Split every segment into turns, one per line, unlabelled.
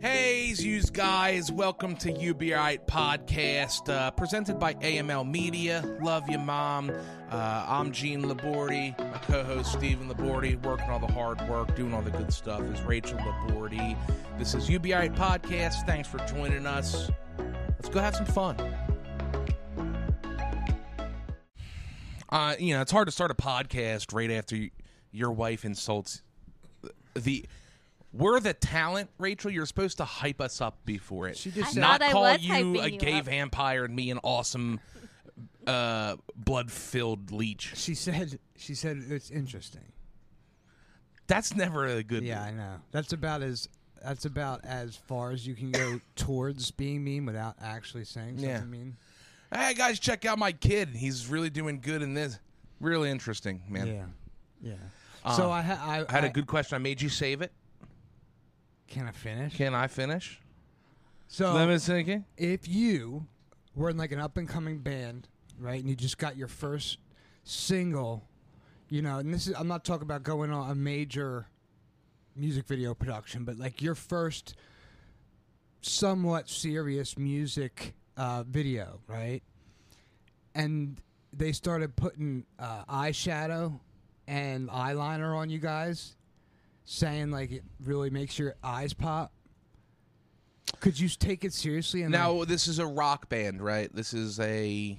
Hey, used guys, welcome to UBRite Podcast, uh, presented by AML Media. Love you, Mom. Uh, I'm Gene Labordi, my co host Stephen Labordi, working all the hard work, doing all the good stuff is Rachel Labordi. This is UBRite Podcast. Thanks for joining us. Let's go have some fun. Uh, you know, it's hard to start a podcast right after y- your wife insults the we're the talent, Rachel. You're supposed to hype us up before it.
She just I said-
not
thought I
call
was
you
hyping
a
you
gay
up.
vampire and me an awesome, uh, blood-filled leech.
She said she said it's interesting.
That's never a good.
Yeah, I know. That's about as that's about as far as you can go towards being mean without actually saying something
Yeah.
mean.
Hey guys, check out my kid. He's really doing good in this. Really interesting, man.
Yeah. Yeah. so I, ha- I
I Um, had a good question. I made you save it.
Can I finish?
Can I finish?
So
Let me think.
if you were in like an up and coming band, right, and you just got your first single, you know, and this is I'm not talking about going on a major music video production, but like your first somewhat serious music uh, video, right? And they started putting uh, eyeshadow and eyeliner on you guys, saying like it really makes your eyes pop. Could you take it seriously? And like-
Now this is a rock band, right? This is a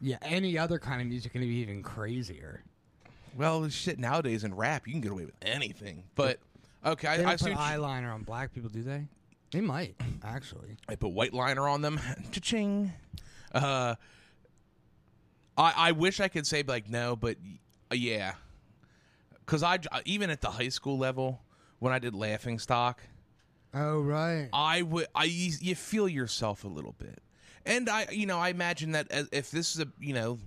Yeah, any other kind of music can be even crazier.
well shit. Nowadays in rap, you can get away with anything. But okay,
They
I,
don't
I see.
put
what you-
eyeliner on black people, do they? They might actually.
I put white liner on them. Cha-ching. Uh, I I wish I could say like no, but y- uh, yeah, because I uh, even at the high school level when I did laughing stock,
Oh right.
I would I you feel yourself a little bit, and I you know I imagine that as, if this is a you know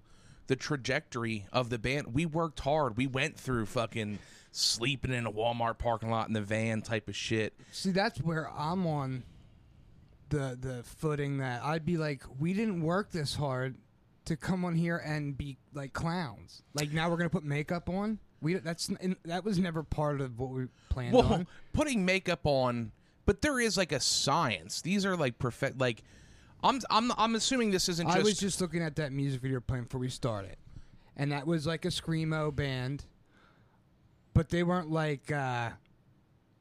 the trajectory of the band, we worked hard, we went through fucking sleeping in a Walmart parking lot in the van type of shit.
See, that's where I'm on the the footing that I'd be like, we didn't work this hard to come on here and be like clowns. Like now we're gonna put makeup on. We that's n- that was never part of what we planned
Well,
on.
putting makeup on, but there is like a science. These are like perfect. Like, I'm I'm I'm assuming this isn't just.
I was just looking at that music video playing before we started, and that was like a screamo band, but they weren't like uh,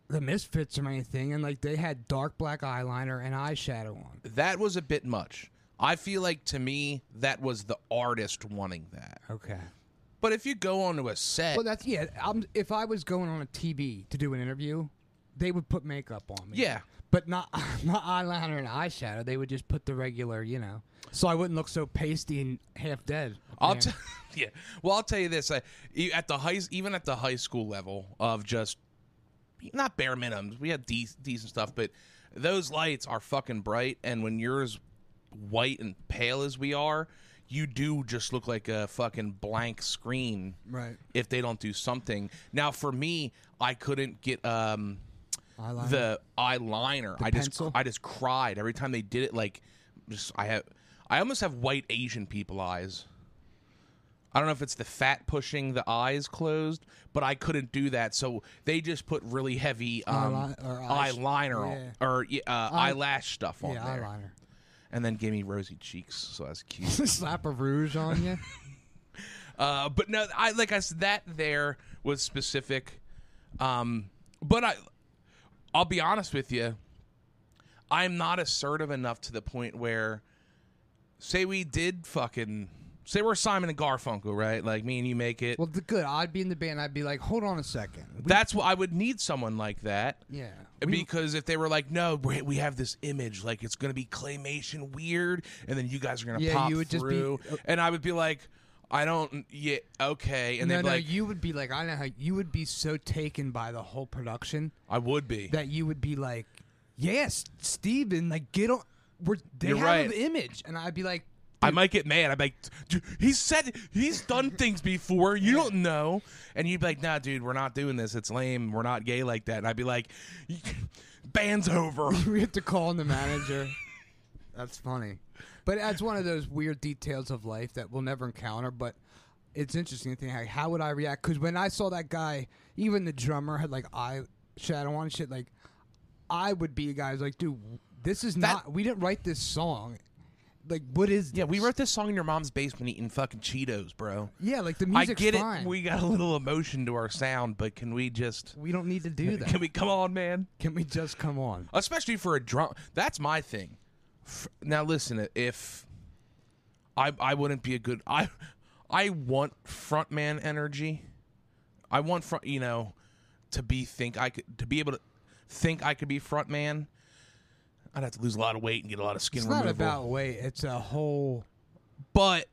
the Misfits or anything, and like they had dark black eyeliner and eyeshadow on.
that was a bit much. I feel like to me that was the artist wanting that.
Okay.
But if you go onto a set,
Well, that's yeah. I'm, if I was going on a TV to do an interview, they would put makeup on me.
Yeah.
but not not eyeliner and eyeshadow. They would just put the regular, you know, so I wouldn't look so pasty and half dead.
I'll
Yeah.
t- yeah. Well, I'll tell you this: I, e- at the high, even at the high school level of just not bare minimums, we had de- decent stuff, but those lights are fucking bright, and when you're as white and pale as we are, you do just look like a fucking blank screen,
Right.
If they don't do something. Now, for me, I couldn't get um
eyeliner.
the eyeliner. I
pencil?
just I just cried every time they did it. Like, just I have I almost have white Asian people eyes. I don't know if it's the fat pushing the eyes closed, but I couldn't do that. So they just put really heavy um,
Eyeli- or eyes-
eyeliner on, or yeah, uh, eyelash stuff on
yeah
there,
eyeliner.
and then gave me rosy cheeks. So that's cute.
slap of rouge on you.
Uh, but no, I like I said that there was specific. Um, but I, I'll be honest with you. I'm not assertive enough to the point where, say we did fucking, say we're Simon and Garfunkel, right? Like me and you make it.
Well, the good. I'd be in the band. I'd be like, hold on a second. We-
That's what I would need someone like that.
yeah.
because if they were like, no, we we have this image, like it's going to be claymation weird, and then you guys are going to
Yeah,
pop
you would just be-
through, and I would be like, I don't, yeah, okay, and
No,
then
no.
like,
you would be like, I know how you would be so taken by the whole production
I would be.
that you would be like, yes, Steven, like get on. We're they
You're
have
right.
an image, and I'd be like,
I might get mad. I'm like, "Dude, he said he's done things before. You don't know. And you'd be like, nah, dude, we're not doing this. It's lame. We're not gay like that. And I'd be like, band's over.
we have to call in the manager. that's funny, but that's one of those weird details of life that we'll never encounter. But it's interesting to think like, how would I react? Because when I saw that guy, even the drummer had like eye shadow on and shit. Like I would be a guy who's like, dude, this is
That-
not. We didn't write this song. Like, what is? This?
Yeah, we wrote this song in your mom's basement eating fucking Cheetos, bro.
Yeah, like the
I
music's
get
fine.
it. We got a little emotion to our sound, but can we just
we don't need to do that.
can we come on, man?
Can we just come on?
Especially for a drum. That's my thing. F- Now listen, if I I wouldn't be a good I I want frontman energy. I want front you know to be think I could to be able to think I could be frontman. I'd have to lose a lot of weight and get a lot of skin
It's
removal.
not about weight. It's a whole.
but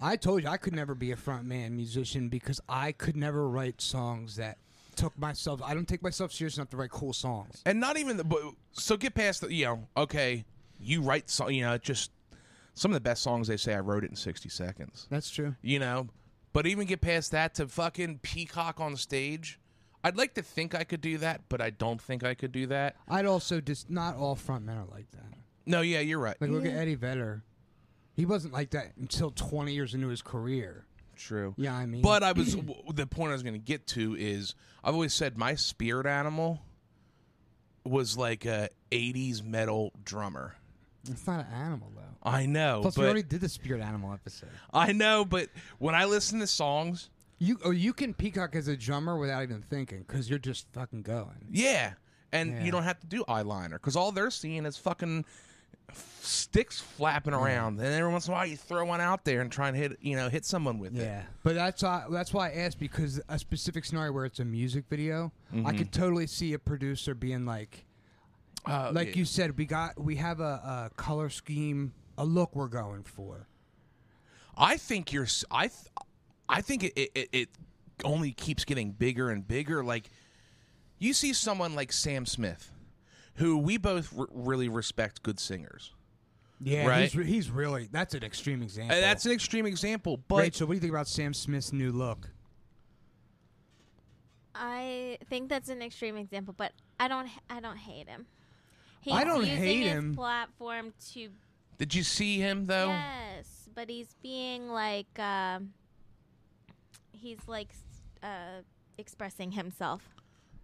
I told you I could never be a front man musician because I could never write songs that took myself. I don't take myself serious enough to write cool songs.
and not even the but, so get past the you know okay you write so you know just some of the best songs they say i wrote it in 60 seconds
That's true.
you know but even get past that to fucking peacock on stage i'd like to think i could do that but i don't think i could do that
I'd also just not all front men are like that.
no yeah you're right
Like look at Eddie Vedder. He wasn't like that until 20 years into his career.
true
Yeah, I mean.
but i was w- the point i was going to get to is i've always said my spirit animal was like a 80s metal drummer
it's not an animal though.
i know
Plus, we
but
already did the spirit animal episode.
i know but when i listen to songs
You or you can peacock as a drummer without even thinking because you're just fucking going.
Yeah, and
Yeah.
you don't have to do eyeliner because all they're seeing is fucking f- sticks flapping around, and every once in a while you throw one out there and try and hit you know hit someone with it.
Yeah, but that's why, that's why I asked because a specific scenario where it's a music video, I could
Mm-hmm.
totally see a producer being like,
Uh,
like
yeah.
you said, we got we have a, a color scheme, a look we're going for.
I think you're. s- I, th- I think it, it it- it only keeps getting bigger and bigger. Like you see someone like Sam Smith, who we both r- really respect, good singers.
Yeah,
Right.
He's, re- he's really that's an extreme example.
And that's an extreme example, but
Rachel. What do you think about Sam Smith's new look?
I think that's an extreme example, but I don't. I don't hate him. He's
I don't
using
hate
his
him.
platform to
did you see him though?
yes, but he's being like um he's like uh, expressing himself.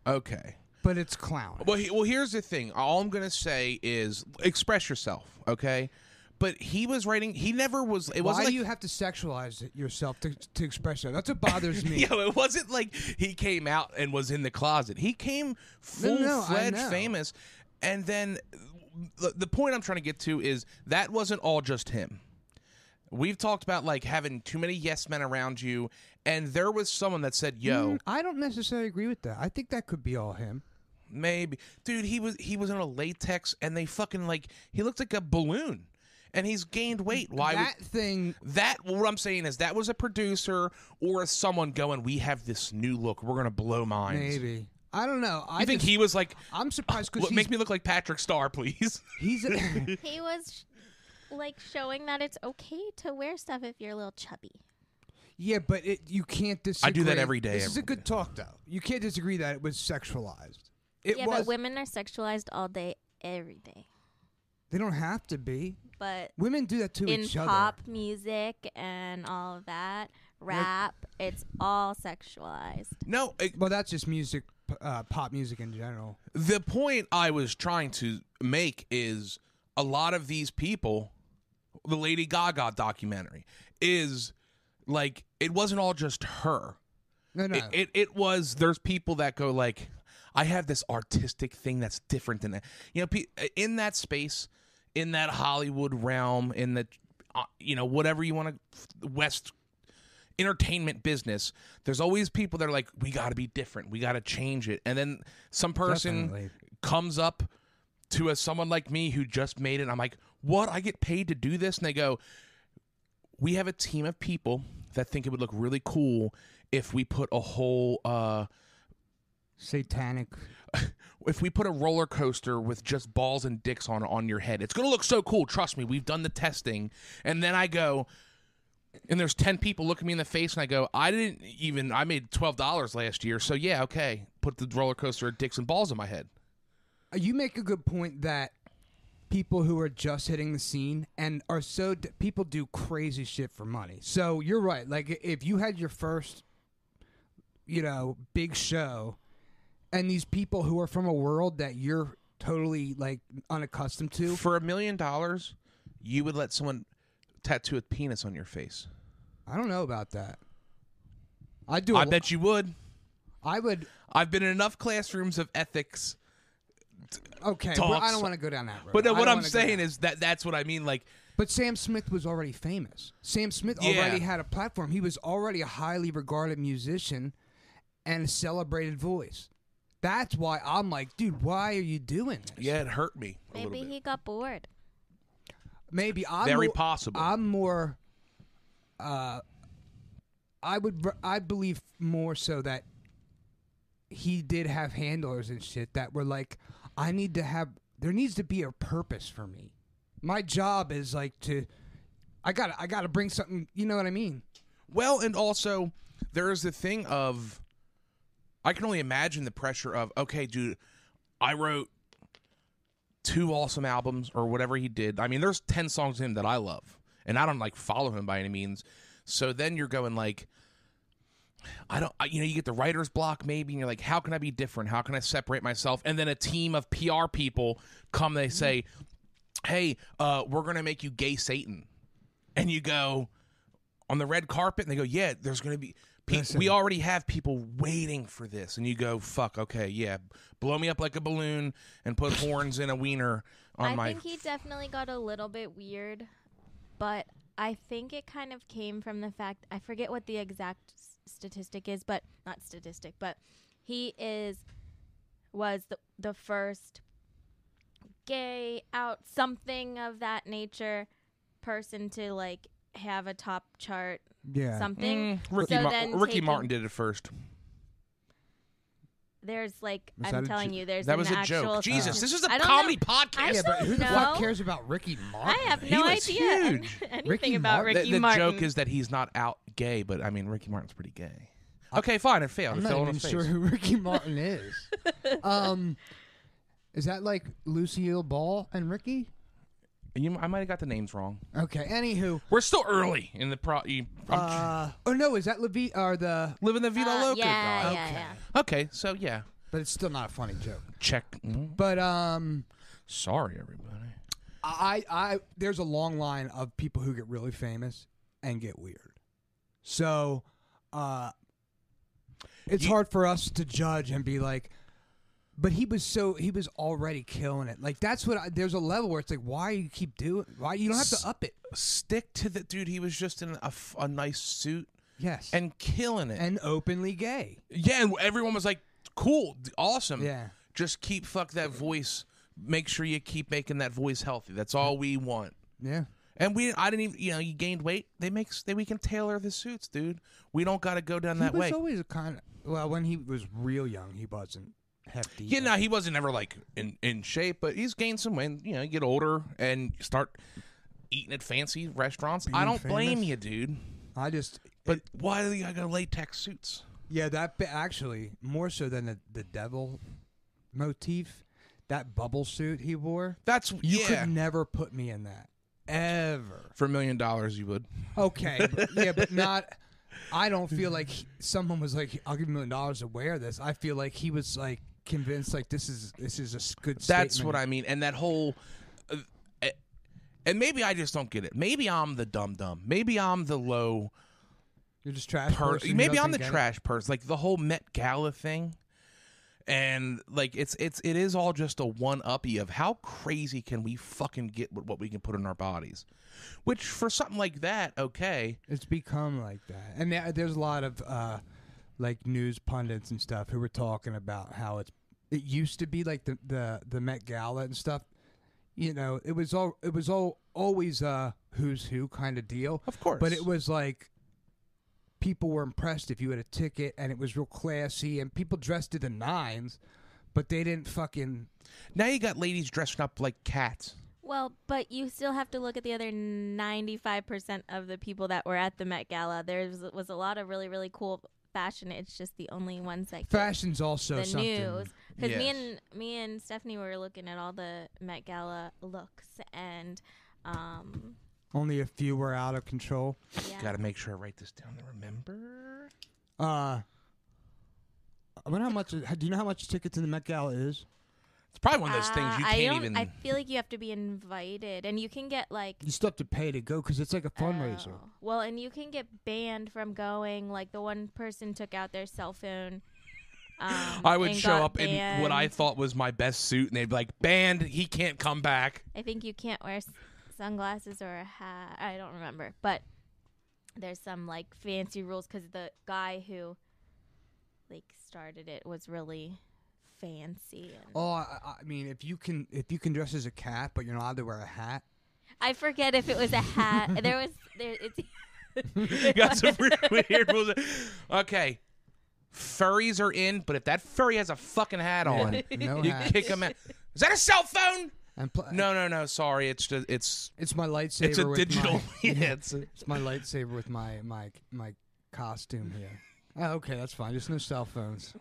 Okay.
But it's clown.
Well, he, well, here's the thing. All I'm gonna say is express yourself, okay? But he was writing. He never was. It
Why
wasn't
do
like,
you have to sexualize it yourself to, to express that? That's what bothers me.
Yo, it wasn't like he came out and was in the closet. He came
No,
full
no, I
fledged
know.
famous, and then the, the point I'm trying to get to is that wasn't all just him. We've talked about like having too many yes men around you, and there was someone that said, "Yo,
Mm, I don't necessarily agree with that. I think that could be all him.
Maybe, dude. He was he was in a latex, and they fucking like he looked like a balloon, and he's gained weight. Why
that thing
would that? What I'm saying is that was a producer or someone going. We have this new look. We're gonna blow minds.
maybe. I don't know. I
I think
just-
he was like,
I'm surprised because
"Look, make me look like Patrick Starr, please.
he's he's
He was sh- like showing that it's okay to wear stuff if you're a little chubby.
yeah, but it, you can't disagree.
that every day,
This is a good talk though. You can't disagree that it was sexualized. It
yeah,
was.
but women are sexualized all day, every day.
they don't have to be.
But
Women do that to
in
each
pop music and all of that, rap, it's all sexualized.
No, it-
other. Well, that's just music, p- uh, pop music in general.
the point I was trying to make is a lot of these people, the Lady Gaga documentary, is like it wasn't all just her.
No, no.
it, it it was there's people that go like i have this artistic thing that's different than that you know pe- uh, in that space in that hollywood realm in the uh, you know whatever you want to west entertainment business there's always people that are like we got to be different we got to change it and then some person
Definitely.
comes up to a someone like me who just made it i'm like what i get paid to do this and they go we have a team of people that think it would look really cool if we put a whole uh
Satanic.
if we put a roller coaster with just balls and dicks on on your head it's gonna look so cool trust me we've done the testing and then i go and there's 10 people looking me in the face and i go i didn't even i made $12 last year so yeah okay put the roller coaster of dicks and balls on my head
Uh, You make a good point that people who are just hitting the scene and are so d- people do crazy shit for money. So you're right. Like i- if you had your first, you know, big show, and these people who are from a world that you're totally like unaccustomed to.
For a million dollars, you would let someone tattoo a penis on your face.
I don't know about that. I do.
I
a-
bet you would.
I would.
I've been in enough classrooms of ethics.
Okay,
Talks.
well, I don't want to go down that road.
But no,
I
what
don't
I'm
wanna go
saying
down-
is that that's what I mean. Like,
but Sam Smith was already famous. Sam Smith
Yeah.
already had a platform. He was already a highly regarded musician and a celebrated voice. That's why I'm like, dude, why are you doing this?
yeah, it hurt me a
Maybe
little bit.
he got bored.
maybe I'm
Very
more-
possible.
I'm more. Uh, I would. r- I believe more so that he did have handlers and shit that were like, I need to have. There needs to be a purpose for me. My job is like to. I got. to I got to bring something. You know what I mean?
Well, and also there is the thing of I can only imagine the pressure of okay, dude, I wrote two awesome albums or whatever he did. I mean, there's 10 songs in him that I love, and I don't like follow him by any means. So then you're going like I don't I- you know, you get the writer's block maybe and you're like how can I be different? How can I separate myself? And then a team of PR people come they say, "Hey, uh we're going to make you gay Satan." And you go, on the red carpet and they go, "Yeah, there's going to be pe-
Listen.
we already have people waiting for this." And you go, "Fuck, okay, yeah, blow me up like a balloon and put horns in a wiener on
I
my
think he definitely got a little bit weird, but I think it kind of came from the fact I forget what the exact s- statistic is, but not statistic, but he is was the the first gay out something of that nature person to like have a top chart
Yeah.
something.
Mm, Ricky,
So
Mar-
then
Ricky
taking-
Martin did it first.
There's like
Was that
I'm
a
telling
jo-
you, there's
that was
an
a
actual
joke. Jesus,
statistic.
this is a
I don't
comedy
know- I
podcast.
yeah, but who the
No.
fuck cares about Ricky Martin?
I have
He
no
was
idea
huge.
anything
Ricky
about
Martin-
The,
Ricky
the
Martin.
joke is that he's not out gay, but I mean, Ricky Martin's pretty gay. Okay, fine, it failed.
I'm
It
not
fell on
even
his face.
sure who Ricky Martin is. um, is that like Lucille Ball and Ricky?
You, I might have got the names wrong.
Okay. Anywho.
We're still early in the pro. You, I'm
Uh, oh no, is that Levy or the?
living the vida
Uh,
loca.
yeah,
God.
yeah,
Okay.
yeah.
Oh, Okay, so yeah,
But it's still not a funny joke.
check. mm,
But um,
Sorry, everybody.
I I there's a long line of people who get really famous and get weird. So, uh, it's
You-
hard for us to judge and be like. But he was so he was already killing it. Like that's what I, there's a level where it's like, why you keep doing? Why you don't have
S-
to up it?
stick to the dude. He was just in a, f- a nice suit
Yes,
and killing it.
and openly gay.
yeah, and everyone was like, "Cool, d- awesome."
Yeah.
just keep fuck that voice. Make sure you keep making that voice healthy. That's all we want.
Yeah,
And we, I didn't even, you know, you gained weight. They makes they we can tailor the suits, dude. We don't got to go down that
he was
way.
always a kind of well when he was real young, he wasn't hefty.
yeah, no, he wasn't ever like in in shape, but he's gained some weight. You know, you get older and you start eating at fancy restaurants. I
Being
don't blame
famous.
you, dude.
I just
But why do you gotta go latex suits?
Yeah, that bi- actually more so than the, the devil motif, that bubble suit he wore.
That's
You
yeah.
could never put me in that ever.
For a million dollars, you would.
Okay, but- yeah, but not. I don't feel like he- someone was like, "I'll give you a million dollars to wear this." I feel like he was like convinced, like this is this is a s- good.
That's
statement.
what I mean. And that whole, uh, eh, and maybe I just don't get it. Maybe I'm the dumb dumb. Maybe I'm the low.
You're just trash.
Per-
person, you
maybe
don't
I'm the
think I-
trash person. Like the whole Met Gala thing, and like it's it's it is all just a one uppy of how crazy can we fucking get with what we can put in our bodies, which for something like that, okay,
It's become like that, and there, there's a lot of uh, like news pundits and stuff who were talking about how it's. It used to be like the the the Met Gala and stuff. You know, it was all it was all always a who's who kind of deal,
of course.
but it was like people were impressed if you had a ticket, and it was real classy, and people dressed to the nines, but they didn't fucking.
now you got ladies dressing up like cats.
Well, but you still have to look at the other 95% of the people that were at the Met Gala. There was, was a lot of really, really cool fashion. It's just the only ones that get
Fashion's also
the
something.
news. Because me
Yes.
and me and Stephanie were looking at all the Met Gala looks and um,
Only a few were out of control.
yeah.
Got to make sure I write this down to remember.
Uh, I wonder how much. Do you know how much tickets in the Met Gala is?
It's probably one of those things
Ah,
you
I
can't
don't-
even.
I feel like you have to be invited, and you can get like
You still have to pay to go because it's like a fundraiser.
Oh. Well, and you can get banned from going. Like the one person took out their cell phone. Um,
I would
and
show
got
up in what I
banned.
thought was my best suit, and they'd be like, "Banned. He can't come back."
I think you can't wear s- sunglasses or a hat. I don't remember, but there's some like fancy rules because the guy who like started it was really fancy. And
Oh, I, I- I mean, if you can, if you can dress as a cat, but you're not allowed to wear a hat.
I forget if it was a hat. there was there. It's
You got some weird, weird rules. Okay, furries are in, but if that furry has a fucking hat on,
no
you
hat.
kick him out. Is that a cell phone?
And pl-
No, no, no. Sorry, it's just it's
it's my lightsaber.
it's a
with
digital.
My,
yeah, it's a-
it's my lightsaber with my my my costume here. Oh, okay, that's fine. Just no cell phones.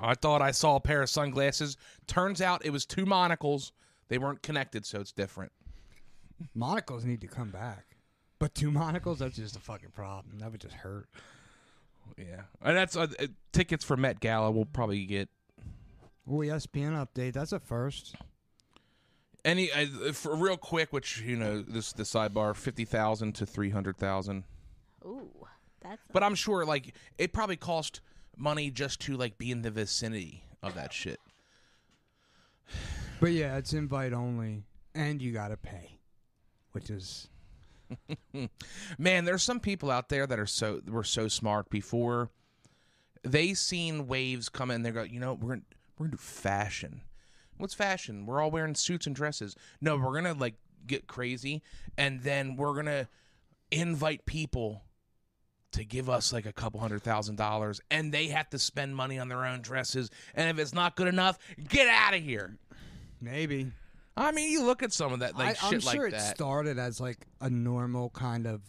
I thought I saw a pair of sunglasses. Turns out it was two monocles. They weren't connected, so it's different.
Monocles need to come back, but two monocles—that's just a fucking problem. That would just hurt.
Yeah, and that's uh, uh, tickets for Met Gala. We'll probably get
Oh, ESPN update. That's a first.
Any uh, for real quick, which you know this the sidebar fifty thousand to three hundred thousand,
ooh, that's
but I'm sure like it probably cost money just to like be in the vicinity of that shit.
But yeah, it's invite only, and you gotta pay, which is
Man, there's some people out there that are so were so smart before they seen waves come in. They go, you know, we're gonna, we're gonna do fashion. What's fashion? We're all wearing suits and dresses. No, we're gonna like get crazy, and then we're gonna invite people to give us like a couple hundred thousand dollars, and they have to spend money on their own dresses. And if it's not good enough, get out of here.
maybe
I mean, you look at some of that like
I,
shit
am sure
like
it
that.
started as like a normal kind of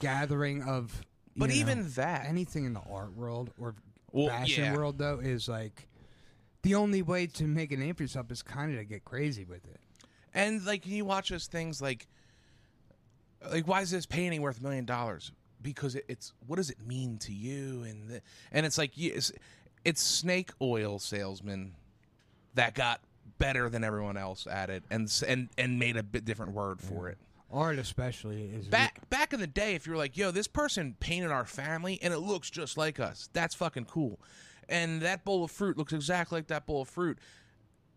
gathering of. you
but
know,
even that,
anything in the art world or
Well,
fashion
yeah.
world though is like the only way to make a name for yourself is kind of to get crazy with it.
And like you watch those things like like why is this painting worth a million dollars? Because it, it's what does it mean to you and the, and it's like you- it's, it's snake oil salesman that got better than everyone else at it and s- and and made a bit different word for it.
Art especially is
Back back in the day if you were like, "Yo, this person painted our family and it looks just like us." That's fucking cool. And that bowl of fruit looks exactly like that bowl of fruit.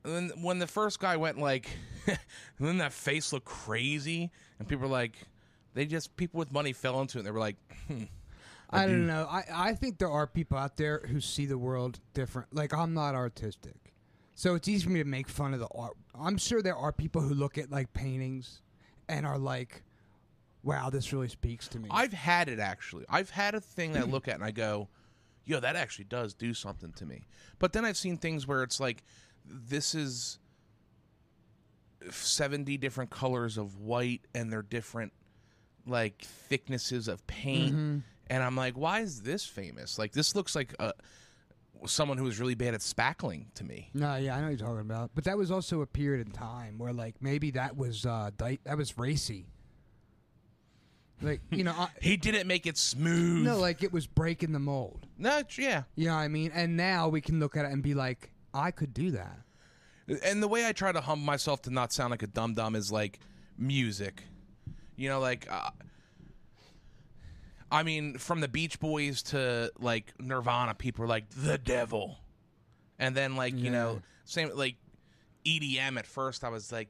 And then when the first guy went like, and then that face looked crazy, and people were like, they just people with money fell into it. and They were like, hmm.
I don't know. I, I think there are people out there who see the world different. Like I'm not artistic, so it's easy for me to make fun of the art. I'm sure there are people who look at like paintings and are like, "Wow, this really speaks to me."
I've had it actually. I've had a thing
Mm-hmm.
that I look at and I go, yo, that actually does do something to me. But then I've seen things where it's like, this is 70 different colors of white and they're different like thicknesses of paint.
Mm-hmm.
And I'm like, why is this famous? Like, this looks like a, someone who was really bad at spackling to me.
no, yeah, I know what you're talking about, but that was also a period in time where like maybe that was uh, di- that was racy. Like you know, I,
He didn't make it smooth.
no, like it was breaking the mold.
no, it's- yeah.
You know what I mean? And now we can look at it and be like, "I could do that."
And the way I try to humble myself to not sound like a dum dum is like music. You know, like uh, I mean, from the Beach Boys to like Nirvana, people are like the devil, and then like you know, same like EDM. At first, I was like,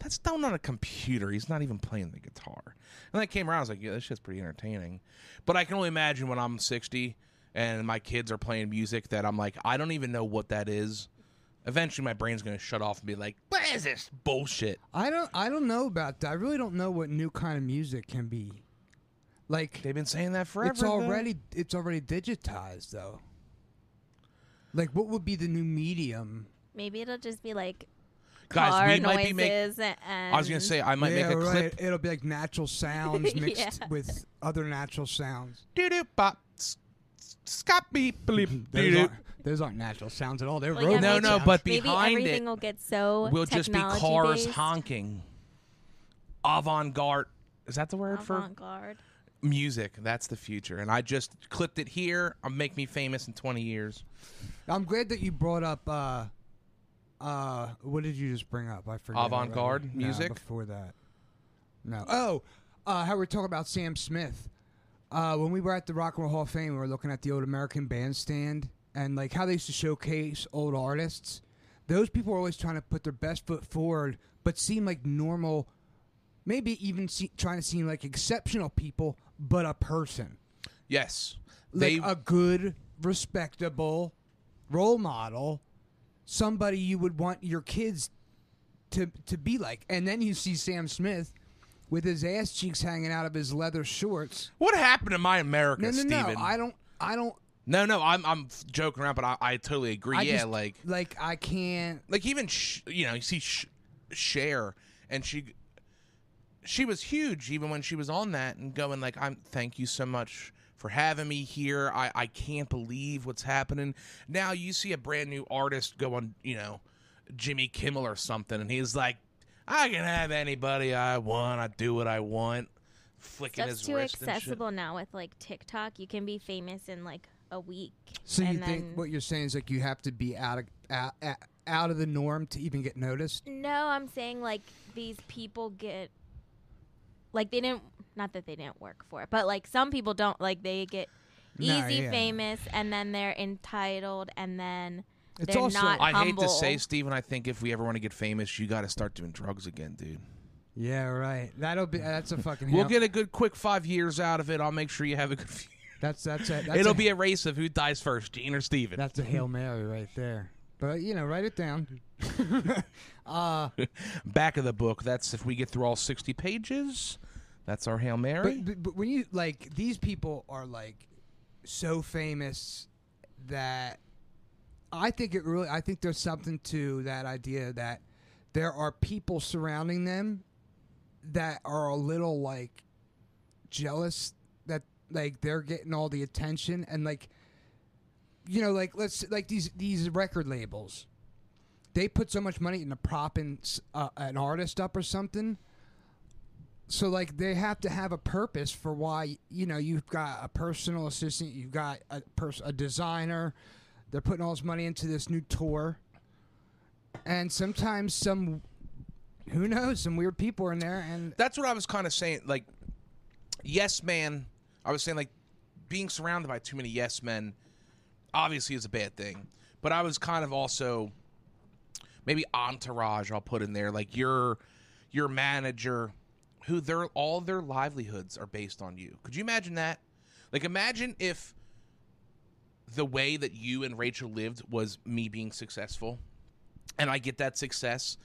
that's done on a computer. He's not even playing the guitar. And then I came around, I was like, yeah, this shit's pretty entertaining. But I can only imagine when I'm 60 and my kids are playing music that I'm like, I don't even know what that is. Eventually, my brain's gonna shut off and be like, what is this bullshit?
I don't I don't know about that. I really don't know what new kind of music can be. Like
They've been saying that forever.
it's already it's already digitized though. Like what would be the new medium?
maybe it'll just be like
Guys,
car
we might
noises
be make-
and
I was gonna say I might
yeah,
make a
right.
clip
It'll be like natural sounds mixed
Yeah.
with other natural sounds.
doo doo bop s- s- scop beep bleep
Those
doo
aren't, those aren't natural sounds at all. They're
Well, yeah,
robot
No,
maybe-
no,
sounds.
but
maybe
behind
everything
it
will get so
will just be
technology
cars
based,
honking. Avant garde is that the word for
avant-garde.
music? That's the future, and I just clipped it here. I'll make me famous in twenty years.
I'm glad that you brought up uh, Uh, what did you just bring up? I forgot.
Avant-garde music?
before that. No. Oh, uh, how we're talking about Sam Smith. Uh, when we were at the Rock and Roll Hall of Fame, we were looking at the old American Bandstand and like how they used to showcase old artists. Those people are always trying to put their best foot forward, but seem like normal, maybe even se- trying to seem like exceptional people, but a person
Yes.
like
They
a good, respectable role model, somebody you would want your kids to to be like. And then you see Sam Smith with his ass cheeks hanging out of his leather shorts.
What happened to my America,
No, no,
Steven?
no. I don't. I don't.
no, no, I'm I'm joking around, but I, I totally agree.
I
yeah,
just,
like
like I can't.
like even sh- you know you see sh- Cher and she she was huge even when she was on that and going like I'm thank you so much for having me here I I can't believe what's happening now you see a brand new artist go on you know Jimmy Kimmel or something and he's like I can have anybody I want I do what I want flicking
Stuff's
his
too
wrist and shit.
accessible now with like TikTok. You can be famous in like a week.
So you
and
think
then-
what you're saying is like you have to be out of out, out of the norm to even get noticed?
No, I'm saying like these people get like they didn't not that they didn't work for it, but like some people don't like they get easy
No, yeah.
famous and then they're entitled and then
It's
they're
also-
not
I hate to
humble.
say, Steven, I think if we ever want to get famous, you got to start doing drugs again, dude.
Yeah, right. That'll be that's a fucking.
We'll
hell-
get a good quick five years out of it. I'll make sure you have a good few.
that's that's a, that's
It'll
a,
be a race of who dies first, Gene or Steven.
That's a Hail Mary right there. But you know, write it down. uh
Back of the book. That's if we get through all 60 pages. That's our Hail Mary.
but, but, but when you like these people are like so famous that I think it really I think there's something to that idea that there are people surrounding them that are a little like jealous that like they're getting all the attention and like you know like let's like these these record labels they put so much money into propping s- uh, an artist up or something so like they have to have a purpose for why you know you've got a personal assistant you've got a pers- a designer they're putting all this money into this new tour and sometimes some who knows some weird people are in there and
that's what I was kind of saying. Like, yes, man. I was saying, like, being surrounded by too many yes men obviously is a bad thing. But I was kind of also maybe entourage. I'll put in there like your your manager, who their all their livelihoods are based on you. Could you imagine that? Like, imagine if the way that you and Rachel lived was me being successful and I get that success.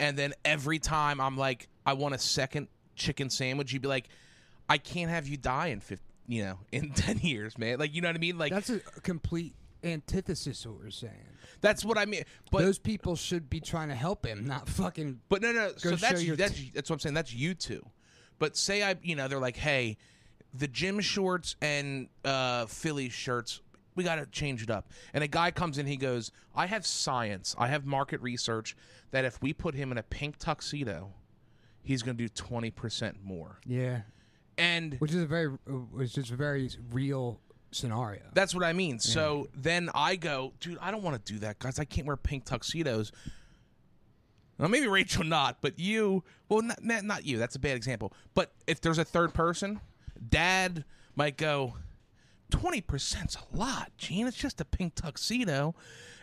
And then every time I'm like, I want a second chicken sandwich, you'd be like, I can't have you die in 50, you know, in 10 years, man. Like, you know what I mean? Like, that's,
That's a complete antithesis of what we're saying.
what I mean. But,
Those people should be trying to help him, not fucking.
but no, no. So
show
that's,
your
that's, that's what I'm saying. That's you two. But say I, you know, they're like, hey, the gym shorts and uh, Philly shirts, we got to change it up. And a guy comes in, he goes, I have science, I have market research that if we put him in a pink tuxedo, he's going to do 20% more.
Yeah,
And
which is a very, uh, which is a very real scenario.
that's what I mean. So then I go, dude, I don't want to do that, guys. I can't wear pink tuxedos. Well, maybe Rachel not, but you. Well, not, not not you. That's a bad example. But if there's a third person, Dad might go. Twenty percent's a lot, Gene. It's just a pink tuxedo,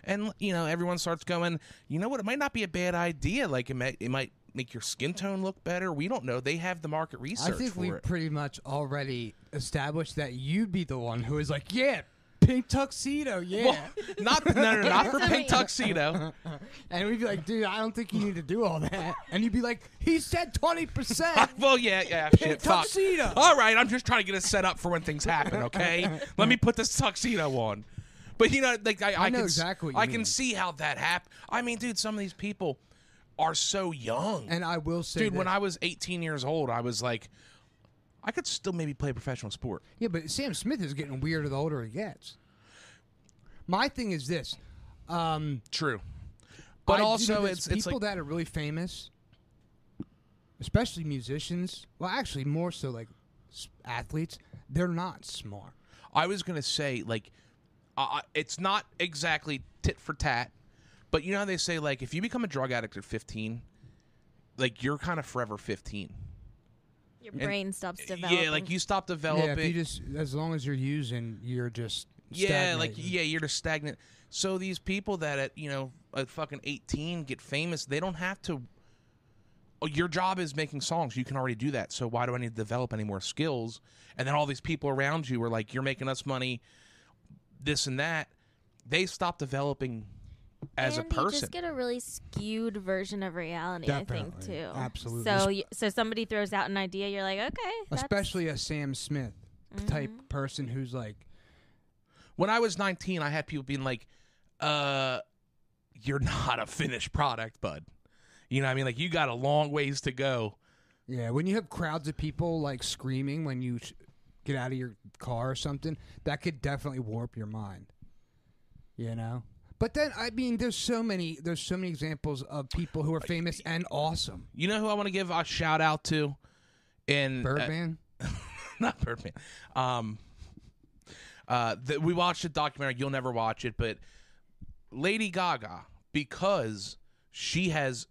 and you know everyone starts going. You know what? It might not be a bad idea. Like it might, it might make your skin tone look better. We don't know. They have the market
I
research
think
for
we
it.
pretty much already established that you'd be the one who is like, yeah, pink tuxedo, yeah.
Well, not no, no, no, not for pink
Sorry.
tuxedo.
and we'd be like, dude, I don't think you need to do all that. And you'd be like, he said twenty percent.
well, yeah, yeah, shit, fuck.
tuxedo.
All right, I'm just trying to get us set up for when things happen. Okay, let me put this tuxedo on. But you know, like I, I,
know
can, s-
exactly what you
I
mean.
can see how that happened. I mean, dude, some of these people are so young.
And I will say,
dude,
that,
when I was 18 years old, I was like, I could still maybe play professional sport.
Yeah, but Sam Smith is getting weirder the older he gets. My thing is this. Um,
True, but
I do think
also
there's
it's it's
people
like
that are really famous, especially musicians. Well, actually, more so like s- athletes. They're not smart.
I was gonna say like, uh, it's not exactly tit for tat, But you know how they say like if you become a drug addict at 15, like you're kind of forever 15.
Your brain stops developing.
Yeah, like you stop
Yeah,
developing.
if you just as long as you're using, you're just
Yeah, like
stagnating.
yeah, you're just stagnant. So these people that at you know at fucking 18 get famous, they don't have to. Oh, your job is making songs. You can already do that. So why do I need to develop any more skills? And then all these people around you are like, you're making us money, this and that. They stop developing as
and
a person.
you just get a really skewed version of reality. I think
Definitely.
too.
Absolutely.
So you, so somebody throws out an idea, you're like, okay. that's-
especially a Sam Smith type person who's like,
when I was 19, I had people being like, uh, you're not a finished product, bud. You know what I mean? Like, you got a long ways to go.
yeah, when you have crowds of people like screaming when you sh- get out of your car or something, that could definitely warp your mind. You know. But then I mean, there's so many there's so many examples of people who are famous and awesome.
You know who I want to give a shout out to? In
Birdman.
uh, not Birdman. Um, uh, the, we watched a documentary. You'll never watch it, but Lady Gaga, because she has,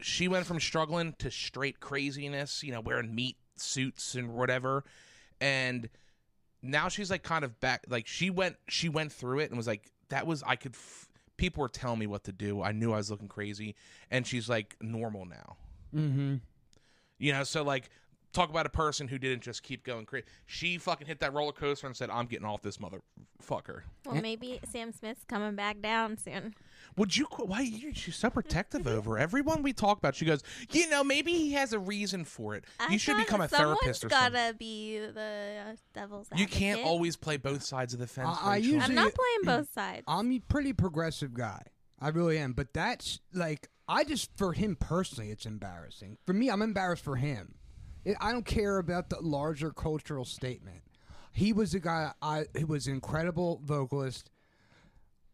she went from struggling to straight craziness. You know, wearing meat suits and whatever, and now she's like kind of back. Like she went, she went through it and was like, that was I could. F- people were telling me what to do. I knew I was looking crazy, and she's like normal now.
mm-hmm.
You know, so like talk about a person who didn't just keep going crazy. She fucking hit that roller coaster and said, "I'm getting off this motherfucker."
Well, maybe Sam Smith's coming back down soon.
Would you? qu- Why are you? She's so protective over everyone we talk about. She goes, "You know, maybe he has a reason for it.
I
you should
gotta-
become a
someone's
therapist or
gotta
something."
be the uh, devil's
You can't
advocate.
always Mm. play both sides of the fence.
I- I
Rachel.
usually-
I'm not playing both sides.
I'm a pretty progressive guy. I really am. But that's like I just for him personally, it's embarrassing. For me, I'm embarrassed for him. It, I don't care about the larger cultural statement. He was a guy. I he was an incredible vocalist.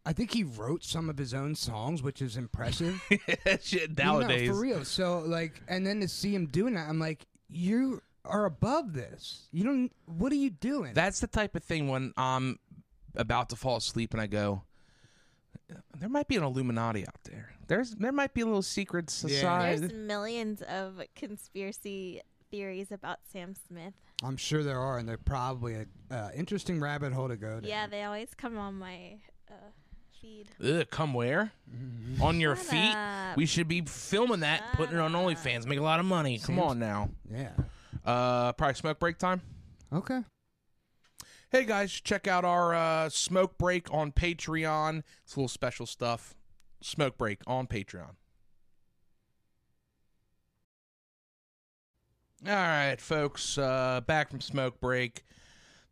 I think he wrote some of his own songs, which is impressive.
Shit,
You know,
nowadays.
for real. So like, and then to see him doing that, I'm like, you are above this. You don't. What are you doing?
That's the type of thing when I'm about to fall asleep and I go, "There might be an Illuminati out there. There's there might be a little secret society."
There's millions of conspiracy theories about Sam Smith.
I'm sure there are, and they're probably an uh, interesting rabbit hole to go down.
Yeah, they always come on my uh, feed. uh,
Ugh, come where?
Mm-hmm.
On your
Shut
feet?
up.
We should be filming that, and putting it on OnlyFans, make a lot of money. Come on now.
Yeah.
Uh, probably smoke break time.
Okay.
Hey guys, check out our uh, smoke break on Patreon. It's a little special stuff. Smoke break on Patreon. All right, folks, uh, back from smoke break.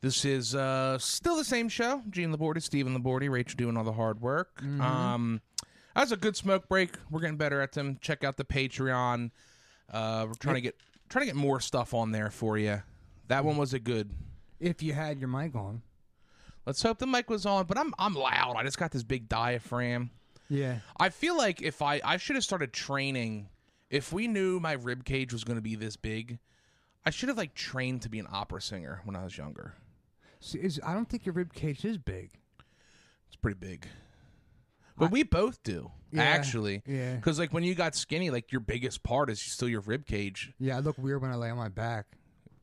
This is uh, still the same show. Gene Labordi, Steven Labordi, Rachel doing all the hard work. Um, that was a good smoke break. We're getting better at them. Check out the Patreon. Uh, we're trying to get trying to get more stuff on there for you. That one was a good.
If you had your mic on.
Let's hope the mic was on, but I'm I'm loud. I just got this big diaphragm.
Yeah.
I feel like if I I should have started training. If we knew my rib cage was going to be this big, I should have like trained to be an opera singer when I was younger.
See, is, I don't think your rib cage is big.
It's pretty big. But we both do
Yeah,
actually.
yeah.
Because like when you got skinny, like your biggest part is still your rib cage.
Yeah, I look weird when I lay on my back.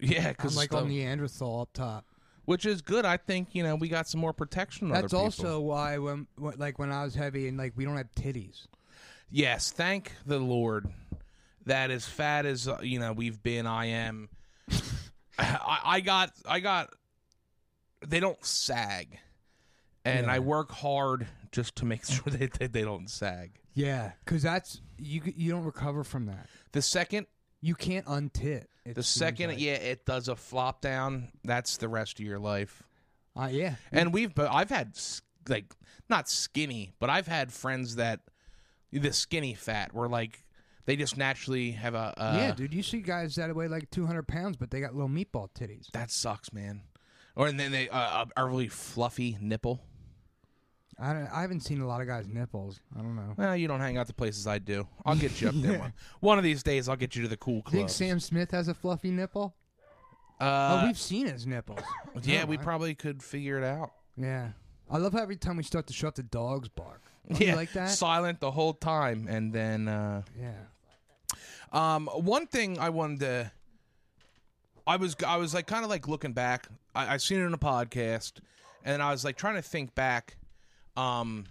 Yeah,
I'm
because
like on Neanderthal up top.
which is good. I think you know we got some more protection. on
That's
other people.
also why when, when like when I was heavy and like we don't have titties.
Yes, thank the Lord that as fat as uh, you know we've been, I am. I, I got, I got. They don't sag, and
Yeah.
I work hard just to make sure that they, they don't sag.
Yeah, because that's you. c- You don't recover from that.
The second,
You can't untit. it
the
seems
second,
like.
yeah, it does a flop down. That's the rest of your life.
Uh, yeah.
And we've, but I've had s- like not skinny, but I've had friends that the skinny fat were like they just naturally have a, a
yeah, dude. You see guys that weigh like 200 pounds, but they got little meatball titties.
That sucks, man. Or and then they uh, a really fluffy nipple.
I, don't, I haven't seen a lot of guys' nipples. I don't know.
Well, you don't hang out the places I do. I'll get you up there one. One of these days, I'll get you to the cool
You think
club.
Sam Smith has a fluffy nipple? oh,
uh,
we've seen his nipples.
yeah,
Oh,
we
I-
probably could figure it out.
Yeah. I love how every time we start to shut the dogs bark. Oh, You like that?
silent the whole time, and then uh,
yeah.
Um, one thing I wanted to, I was I was like kind of like looking back. I, I seen it in a podcast, and I was like trying to think back. Um,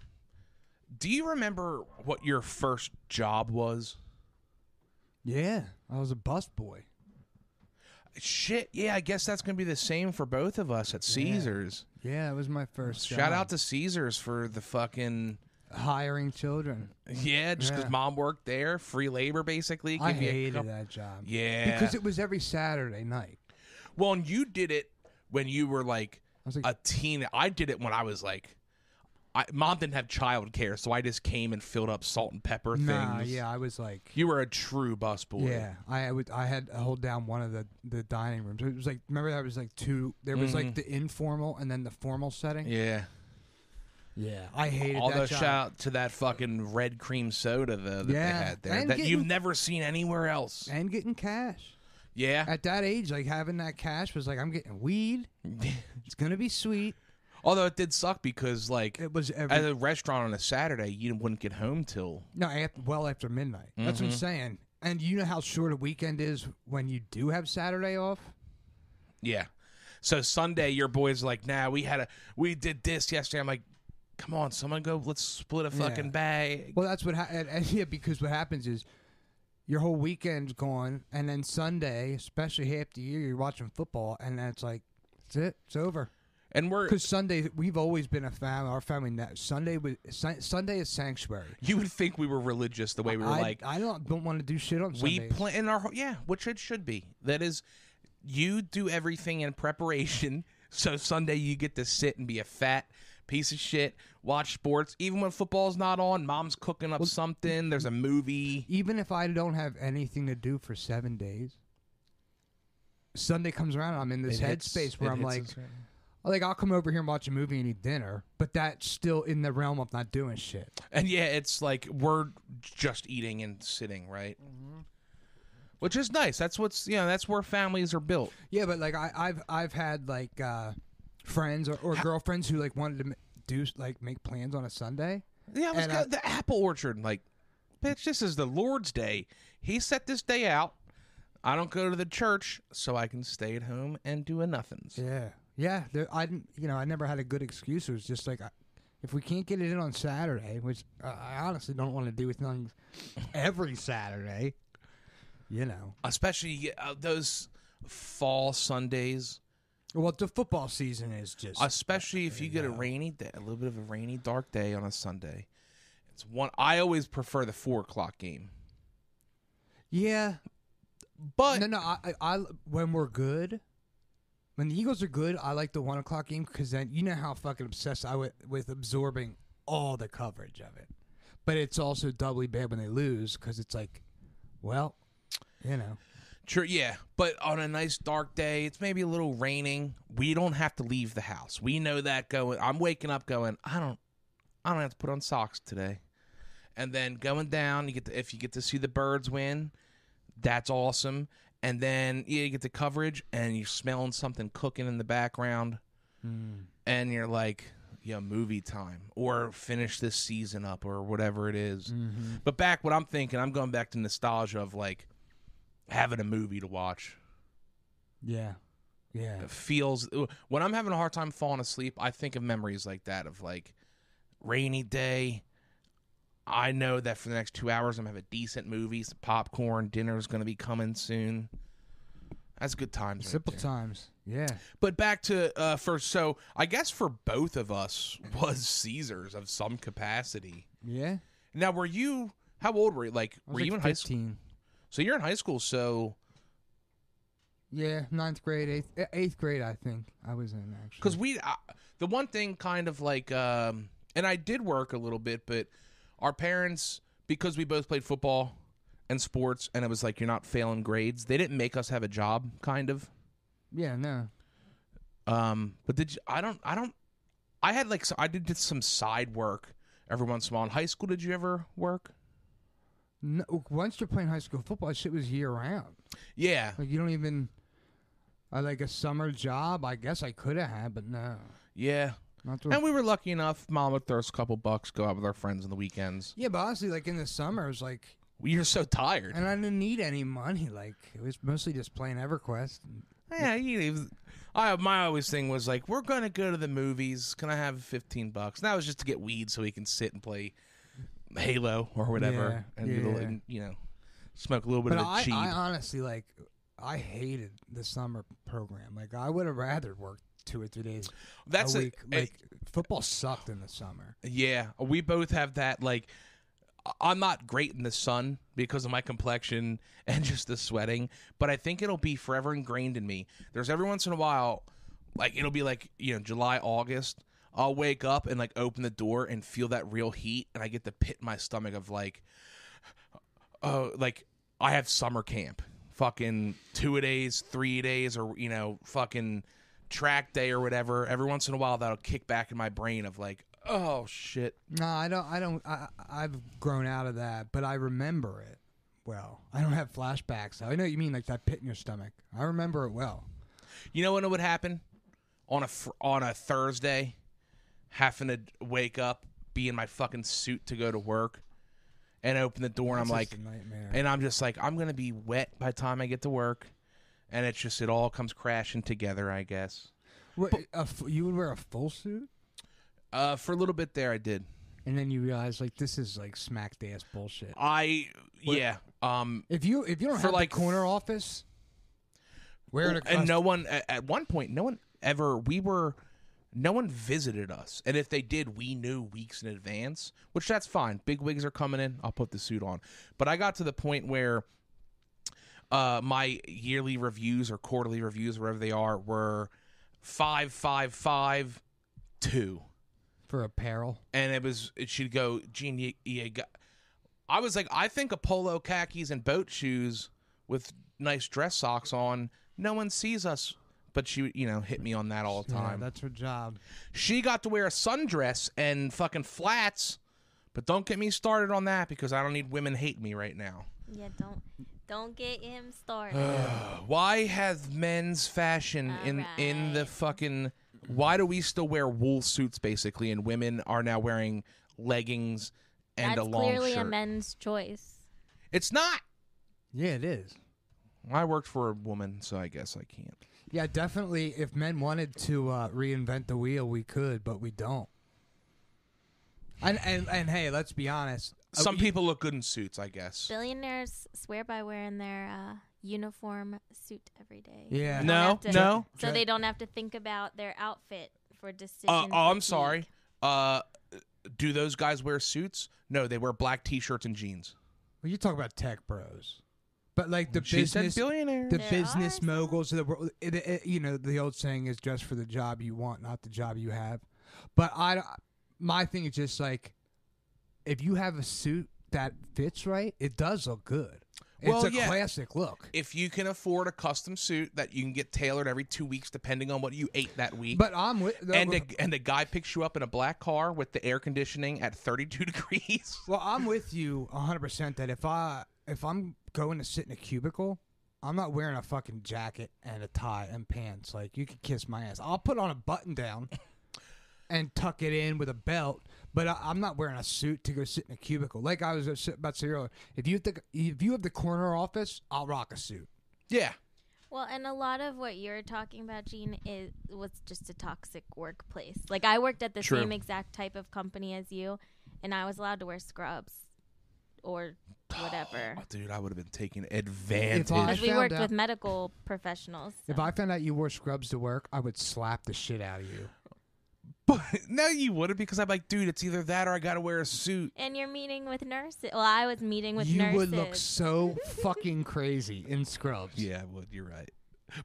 do you remember what your first job was?
Yeah. I was a bus boy.
Shit, yeah, I guess that's gonna be the same for both of us at Caesars.
Yeah, that was my first.
Shout out to Caesars for the fucking
hiring children.
yeah, just because
Yeah.
mom worked there, free labor basically.
I
give you a
hated
cup-
that job.
Yeah,
Because it was every Saturday night.
Well, and you did it when you were like,
was like-
a teen. I did it when I was like, I, mom didn't have childcare, so I just came and filled up salt and pepper
Nah,
things.
yeah, I was like,
You were a true busboy.
yeah, I would, I had to hold down one of the the dining rooms. It was like, remember that was like two. There was
Mm-hmm.
like the informal and then the formal setting.
Yeah.
Yeah, I hated
Although
that job.
shout out to that fucking red cream soda though, that
Yeah,
they had there
and
that you've
getting-
never seen anywhere else.
and getting cash
Yeah.
at that age, like having that cash was like, I'm getting weed. It's gonna be sweet.
Although it did suck because like
It was every
at a restaurant on a Saturday, you wouldn't get home till
No, after, well after midnight. That's what I'm
Mm-hmm.
saying. And you know how short a weekend is when you do have Saturday off.
Yeah. So Sunday, your boys are like, nah, we had a we did this yesterday. I'm like, come on, someone go, let's split a fucking
Yeah.
bag.
Well, that's what ha- and, and, yeah, because what happens is your whole weekend's gone, and then Sunday, especially half the year, you're watching football, and then it's like that's it, it's over.
And we're
Because Sunday, we've always been a family. Our family now Sunday was Sun- Sunday is sanctuary.
you would think we were religious the way we were
I,
like
I don't don't want to do shit on
we
Sundays.
plan in our whole- yeah, which it should be. That is, you do everything in preparation. So Sunday you get to sit and be a fat piece of shit, watch sports. Even when football's not on, mom's cooking up something. There's a movie.
Even if I don't have anything to do for seven days, Sunday comes around, I'm in this
It hits-
headspace where
it
I'm
hits
like,
us right-
like I'll come over here and watch a movie and eat dinner, but that's still in the realm of not doing shit.
And yeah, it's like we're just eating and sitting, right?
Mm-hmm.
Which is nice. That's what's you know that's where families are built.
Yeah, but like I, I've I've had like uh, friends or, or girlfriends who like wanted to m- do like make plans on a Sunday.
Yeah, let's
And,
go
uh,
the apple orchard. Like, bitch, this is the Lord's day. He set this day out. I don't go to the church, so I can stay at home and do a nothings.
Yeah, yeah. There, I didn't, you know, I never had a good excuse. It was just like, I, if we can't get it in on Saturday, which uh, I honestly don't want to do with nothing every Saturday, you know.
Especially uh, those fall Sundays.
Well, the football season is just
Especially if you get a rainy day, a little bit of a rainy, dark day on a Sunday. It's one. I always prefer the four o'clock game,
yeah.
but
No, no. I, I, I- when we're good, when the Eagles are good, I like the one o'clock game because then you know how fucking obsessed I was with absorbing all the coverage of it. But it's also doubly bad when they lose because it's like, well, you know,
Sure, yeah. But on a nice dark day, it's maybe a little raining. We don't have to leave the house. We know that going I'm waking up going, I don't I don't have to put on socks today. And then going down, you get to, if you get to see the birds win, that's awesome. And then yeah, you get the coverage and you're smelling something cooking in the background. And you're like, yeah, movie time or finish this season up or whatever it is.
Mm.
But back what I'm thinking, I'm going back to nostalgia of like having a movie to watch
yeah, yeah.
feels when I'm having a hard time falling asleep, I think of memories like that of like rainy day. I know that for the next two hours, I'm gonna have a decent movie, some popcorn, dinner's gonna be coming soon. That's good times. right
Simple
there.
times. Yeah.
But back to uh, first, so I guess for both of us was Caesars of some capacity.
Yeah.
Now, were you? How old were you? Like,
I
were
was
you
like
in high school?
15.
So you're in high school. So
Yeah, ninth grade, eighth, eh, eighth grade, I think I was in actually.
because we uh, the one thing kind of like um and i did work a little bit but our parents because we both played football and sports and it was like you're not failing grades they didn't make us have a job kind of
yeah, no.
um but did you, i don't i don't i had like so i did, did some side work every once in a while in high school did you ever work
no. Once you're playing high school football, shit was year round.
yeah
Like you don't uh, even I like a summer job. I guess I could have had, but no.
yeah
Not to
And we were lucky enough. Mom would throw us a couple bucks, go out with our friends on the weekends.
yeah, but honestly, like in the summers, like,
We were so tired.
and I didn't need any money. Like it was mostly just playing EverQuest.
Yeah, you, it was- I my always thing was like, we're gonna go to the movies. Can I have fifteen bucks? And that was just to get weed so we can sit and play Halo or whatever,
Yeah,
and, do the
yeah.
little- you know, smoke a little bit
But
of the
I,
cheap.
I honestly like, I hated the summer program. Like I would have rather worked two or three days
That's
a
a-
week. like football sucked in the summer.
Yeah, we both have that. Like, I- I'm not great in the sun because of my complexion and just the sweating, but I think it'll be forever ingrained in me. There's every once in a while, like, it'll be like, you know, July, August. I'll wake up and like open the door and feel that real heat, and I get the pit in my stomach of like, oh, like I have summer camp, fucking two a days, three days, or you know, fucking track day or whatever. Every once in a while, that'll kick back in my brain of like, oh shit,
No, I don't. I don't. I, I- I've grown out of that, but I remember it well. I don't have flashbacks. I know what you mean, like that pit in your stomach. I remember it well.
You know when it would happen on a fr- on a Thursday, having to wake up, be in my fucking suit to go to work, and open the door, and I'm
It's
like,
just a nightmare.
and I'm just like, I'm gonna be wet by the time I get to work, and it's just it all comes crashing together, I guess.
What, a f- you would wear a full suit,
Uh, for a little bit there, I did.
and then you realize like this is like smack ass bullshit.
I yeah. Um,
If you if you don't
For,
have
like, Oh,
like corner office, wear it.
and no one at, at one point, no one ever. We were. No one visited us, and if they did, we knew weeks in advance, which that's fine. Big wigs are coming in. I'll put the suit on. But I got to the point where uh, my yearly reviews or quarterly reviews, wherever they are, were five, five, five, two,
for apparel.
and it was it should go. Gene, you, you got, I was like, I think a polo, khakis, and boat shoes with nice dress socks on. No one sees us, but she, you know, hit me on that all the
Yeah,
time.
that's her job.
She got to wear a sundress and fucking flats, but don't get me started on that because I don't need women hate me right now.
Yeah, don't don't get him started.
Why has men's fashion in in the
Alright.
fucking why do we still wear wool suits basically and women are now wearing leggings and
That's
a long
clearly
shirt?
a men's choice.
it's not.
Yeah, it is.
I worked for a woman, so I guess I can't.
Yeah, definitely. If men wanted to uh, reinvent the wheel, we could, but we don't. And and, and hey, let's be honest. Uh,
Some
you-
people look good in suits, I guess.
Billionaires swear by wearing their uh, uniform suit every day.
Yeah.
They don't
No,
have to-
no.
So they don't have to think about their outfit for decision.
Uh, oh, I'm
fatigue.
sorry. Uh, do those guys wear suits? No, they wear black t-shirts and jeans.
Well, you talk about tech bros, but like the
she
business,
said billionaire.
the
There
business
are some.
moguls of the world. It, it- you know, the old saying is "Dress for the job you want, not the job you have." But I, don't- my thing is just like, if you have a suit that fits right, it does look good.
Well,
it's a
yeah.
classic look.
if you can afford a custom suit that you can get tailored every two weeks depending on what you ate that week.
But I'm with
and a, and a guy picks you up in a black car with the air conditioning at 32 degrees.
Well, I'm with you 100% that if I if I'm going to sit in a cubicle, I'm not wearing a fucking jacket and a tie and pants. Like you could kiss my ass. I'll put on a button down and tuck it in with a belt, but I, I'm not wearing a suit to go sit in a cubicle. Like I was about to say earlier, if you have the, if you have the corner office, I'll rock a suit.
Yeah.
Well, and a lot of what you're talking about, Gene, is was just a toxic workplace. Like I worked at the
True.
same exact type of company as you, and I was allowed to wear scrubs or whatever
Oh, dude, I would have been taking advantage.
If I-
because we
found
worked
out-
with medical professionals.
If
so-
I found out you wore scrubs to work, I would slap the shit out of you.
but no, you wouldn't because I'm like, dude, it's either that or I got to wear a suit.
and you're meeting with nurses. Well, I was meeting with
you
nurses.
would look so fucking crazy in scrubs.
Yeah, I would. You're right.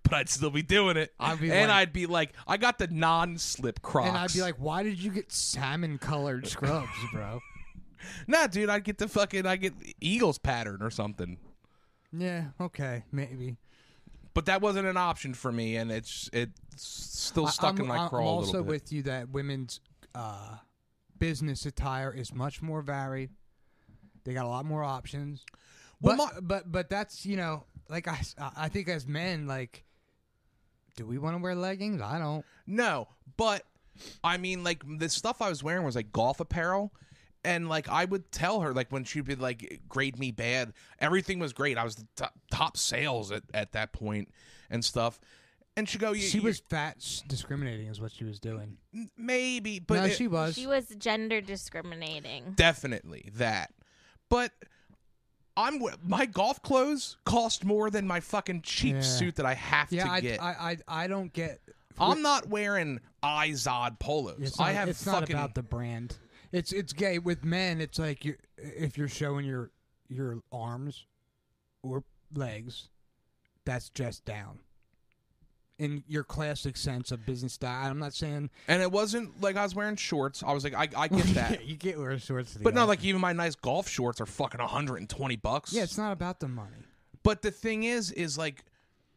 But I'd still be doing it.
I'd be
and
like-
I'd be like, I got the non slip Crocs.
And I'd be like, why did you get salmon colored scrubs, bro?
nah, dude, I'd get the fucking, I'd get Eagles pattern or something.
yeah, okay, maybe.
But that wasn't an option for me, and it's it's still
I-
stuck
I'm,
in my
I'm
crawl a
also
little bit.
with you that women's uh, business attire is much more varied. They got a lot more options.
Well,
But, but but that's you know like I s- I think as men like, do we want to wear leggings? I don't.
No, but I mean, like the stuff I was wearing was like golf apparel. And like I would tell her, like when she'd be like grade me bad, everything was great. I was the top, top sales at, at that point and stuff. And she go,
She was fat s- discriminating is what she was doing.
maybe, but
no,
it-
she was.
She was gender discriminating.
definitely that. But I'm w- my golf clothes cost more than my fucking cheap
Yeah.
suit that I have
yeah,
to
I,
get.
I, I, I don't get.
I'm not wearing Izod polos.
It's
I
not-
have
It's not
fucking
about the brand. It's it's gay with men. It's like you if you're showing your your arms or legs, that's just down. In your classic sense of business style, I'm not saying
and it wasn't like I was wearing shorts. I was like, I, I get that,
you get wear shorts. to the
but no,
office.
like even my nice golf shorts are fucking 120 bucks.
yeah, it's not about the money.
But the thing is, is like,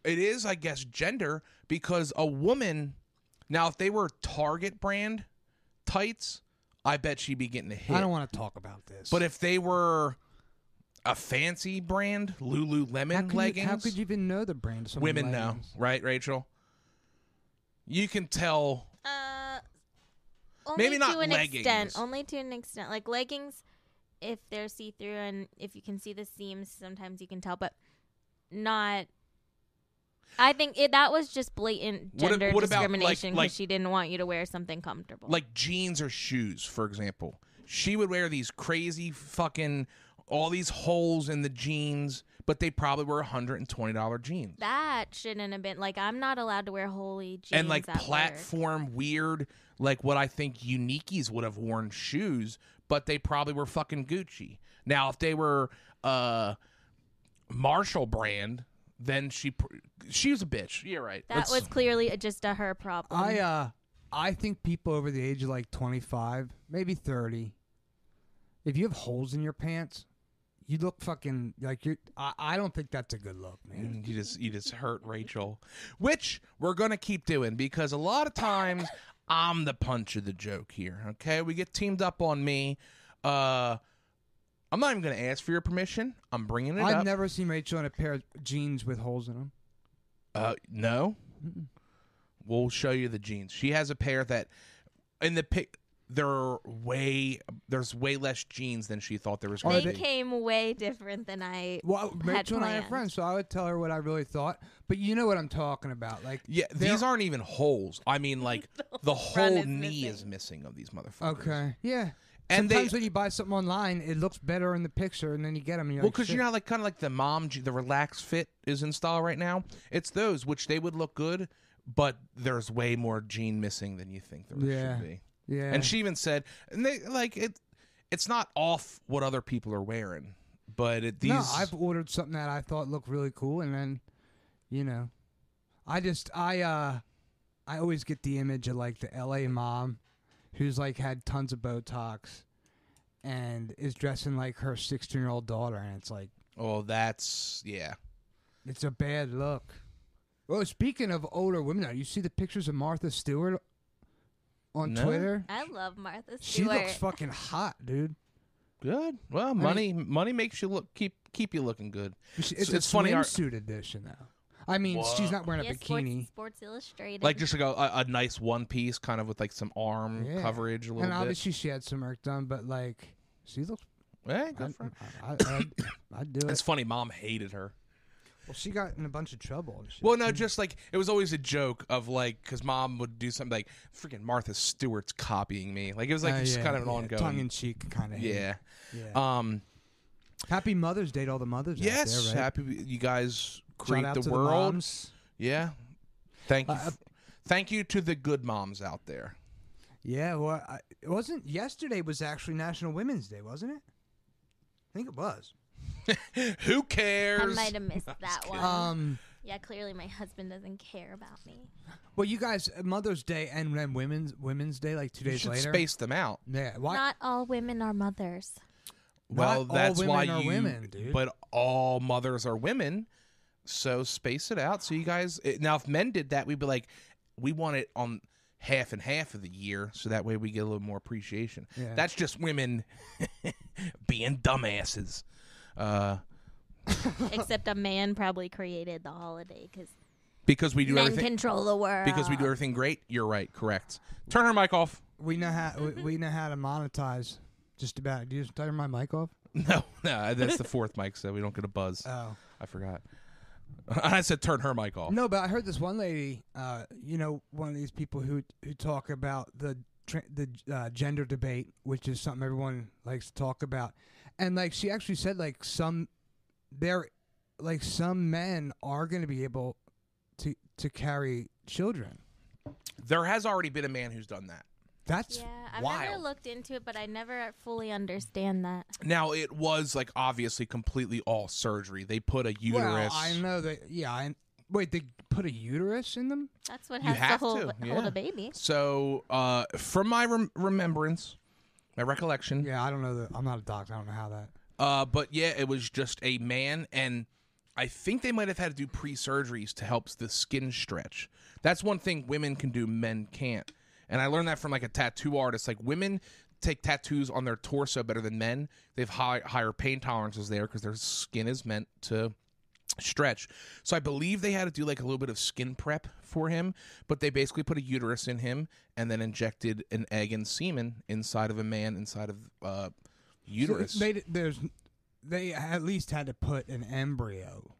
it is, I guess, gender because a woman. Now, if they were Target brand tights, I bet she'd be getting a hit.
I don't want to talk about this.
But if they were a fancy brand, Lululemon
how could, you,
leggings,
how could you even know the brand? of someone's
women know,
leggings?
right, Rachel? You can tell
Uh, only
Maybe not
to an extent.
leggings.
Only to an extent. Like leggings, if they're see through and if you can see the seams, sometimes you can tell, but not. I think it, that was just blatant
What ab-
gender
what about, like-
discrimination because
like-
she didn't want you to wear something comfortable.
like jeans or shoes, for example. She would wear these crazy fucking all these holes in the jeans, but they probably were $120 jeans.
that shouldn't have been like I'm not allowed to wear holy jeans
and like
at work.
platform weird, like what I think Unikies would have worn shoes, but they probably were fucking Gucci. Now, if they were uh Marshall brand, then she pr- she was a bitch. You're right.
That
Let's-
was clearly a, just a her problem.
I
Um,
uh I think people over the age of like 25, maybe 30, if you have holes in your pants, you look fucking like you I, I don't think that's a good look, man.
And Mm, you just you just hurt Rachel, which we're gonna keep doing because a lot of times I'm the punch of the joke here. Okay, we get teamed up on me. Uh, I'm not even gonna ask for your permission. I'm bringing it
I've
up.
never seen Rachel in a pair of jeans with holes in them.
uh, no, we'll show you the jeans. She has a pair that in the pic. There are way there's way less jeans than she thought there was.
they
gonna be.
came way different than I.
Well, Rachel and I are
planned.
friends, so I would tell her what I really thought, but you know what I'm talking about. Like
Yeah,
they're-
these aren't even holes. I mean, like the
front
whole
is
knee
missing.
is missing of these motherfuckers.
Okay. Yeah.
And they-
Sometimes when you buy something online, it looks better in the picture, and then you get them. And you're
Well,
because
because you know, how, like kind of like the mom, je- the relaxed fit is in style right now. It's those which they would look good, but there's way more gene missing than you think there
Yeah.
should be.
yeah.
And she even said, and they like it. It's not off what other people are wearing, but it, these.
No, I've ordered something that I thought looked really cool, and then, you know, I just I uh, I always get the image of like the L.A. mom, who's like had tons of Botox, and is dressing like her sixteen-year-old daughter, and it's like
oh, that's yeah.
it's a bad look. Well, speaking of older women, now you see the pictures of Martha Stewart on
No.
Twitter.
I love Martha Stewart.
She looks fucking hot, dude.
Good. Well, money money makes you look keep keep you looking good.
It's,
It's-
it's a
it's funny, our-
swimsuit edition, though. I mean,
Whoa.
she's not wearing
Yeah,
a bikini.
Sports, Sports Illustrated.
Like just like a, a, a nice one piece, kind of with like some arm
Yeah.
coverage a little
and
bit.
obviously she had some work done, but like she looks.
Eh,
I,
good for her.
I, I, I'd- I'd do
It's
it.
funny. Mom hated her.
Well, she got in a bunch of trouble. and shit.
Well, no, just like it was always a joke of like because mom would do something like freaking Martha Stewart's copying me. Like it was like
Uh,
just
yeah,
kind of an
yeah,
ongoing.
tongue in cheek kind of.
yeah.
yeah.
Um.
Happy Mother's Day to all the mothers.
yes.
out there, right?
Happy you guys
Shout
create
out
the
to
world.
moms.
yeah. Thank you.
Uh,
f- thank you to the good moms out there.
yeah, well, I, it wasn't yesterday. Was actually National Women's Day, wasn't it? I think it was.
Who
I
cares?
might have missed that one.
Um,
yeah, clearly my husband doesn't care about me.
well, you guys, uh, Mother's Day and then Women's Women's Day, like two
You
days
should
later.
space them out.
Yeah, why?
Not all women are mothers.
Well,
all
that's
women
why
are
you.
women, dude.
But all mothers are women, so space it out. So you guys it- now, if men did that, we'd be like, we want it on half and half of the year, so that way we get a little more appreciation.
Yeah.
That's just women being dumbasses. Uh,
Except a man probably created the holiday because
Because we do
Men
everything.
control the world.
Because
Oh.
we do everything great. You're right. Correct. Turn her mic off.
We know how we, we know how to monetize. Just about. Do you just turn my mic off?
No, no, that's the fourth mic, so we don't get a buzz.
Oh.
I forgot. I said turn her mic off.
No, but I heard this one lady, uh, you know, one of these people who who talk about the tra- the uh, gender debate, which is something everyone likes to talk about, and like she actually said, like some there, like some men are going to be able to to carry children.
There has already been a man who's done that.
That's
Yeah, I've never
wild.
looked into it, but I never fully understand that.
Now it was like obviously completely all surgery. They put a uterus.
well, I know that. Yeah, I, wait, they put a uterus in them?
That's what
You
has
have
to hold,
to,
hold
yeah.
a baby.
So, uh, from my rem- remembrance, my recollection,
Yeah, I don't know. That, I'm not a doctor. I don't know how that.
uh, but yeah, it was just a man, and I think they might have had to do pre surgeries to help the skin stretch. That's one thing women can do, men can't. And I learned that from like a tattoo artist. Like women take tattoos on their torso better than men. They have high, higher pain tolerances there because their skin is meant to stretch. So I believe they had to do like a little bit of skin prep for him, but they basically put a uterus in him and then injected an egg and semen inside of a man inside of uh uterus.
They d- there's they at least had to put an embryo.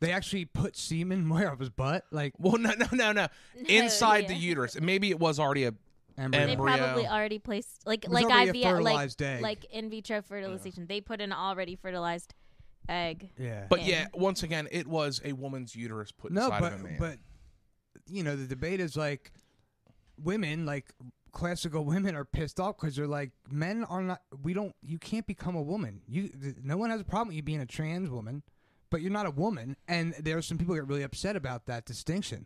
They actually put semen where of his butt, like
well, no, no, no, no. Inside the
yeah.
uterus. Maybe it was already a.
embryo.
They
Embryo.
probably already placed like
was
like
already a
IVF, like
fertilized egg.
like in vitro fertilization. They put an already fertilized egg.
yeah,
But
Yeah.
yeah, once again, it was a woman's uterus put
no,
inside
but
of a man.
but you know the debate is like women, like classical women, are pissed off because they're like men are not. We don't. You can't become a woman. You th- no one has a problem with you being a trans woman, but you're not a woman. And there are some people who get really upset about that distinction.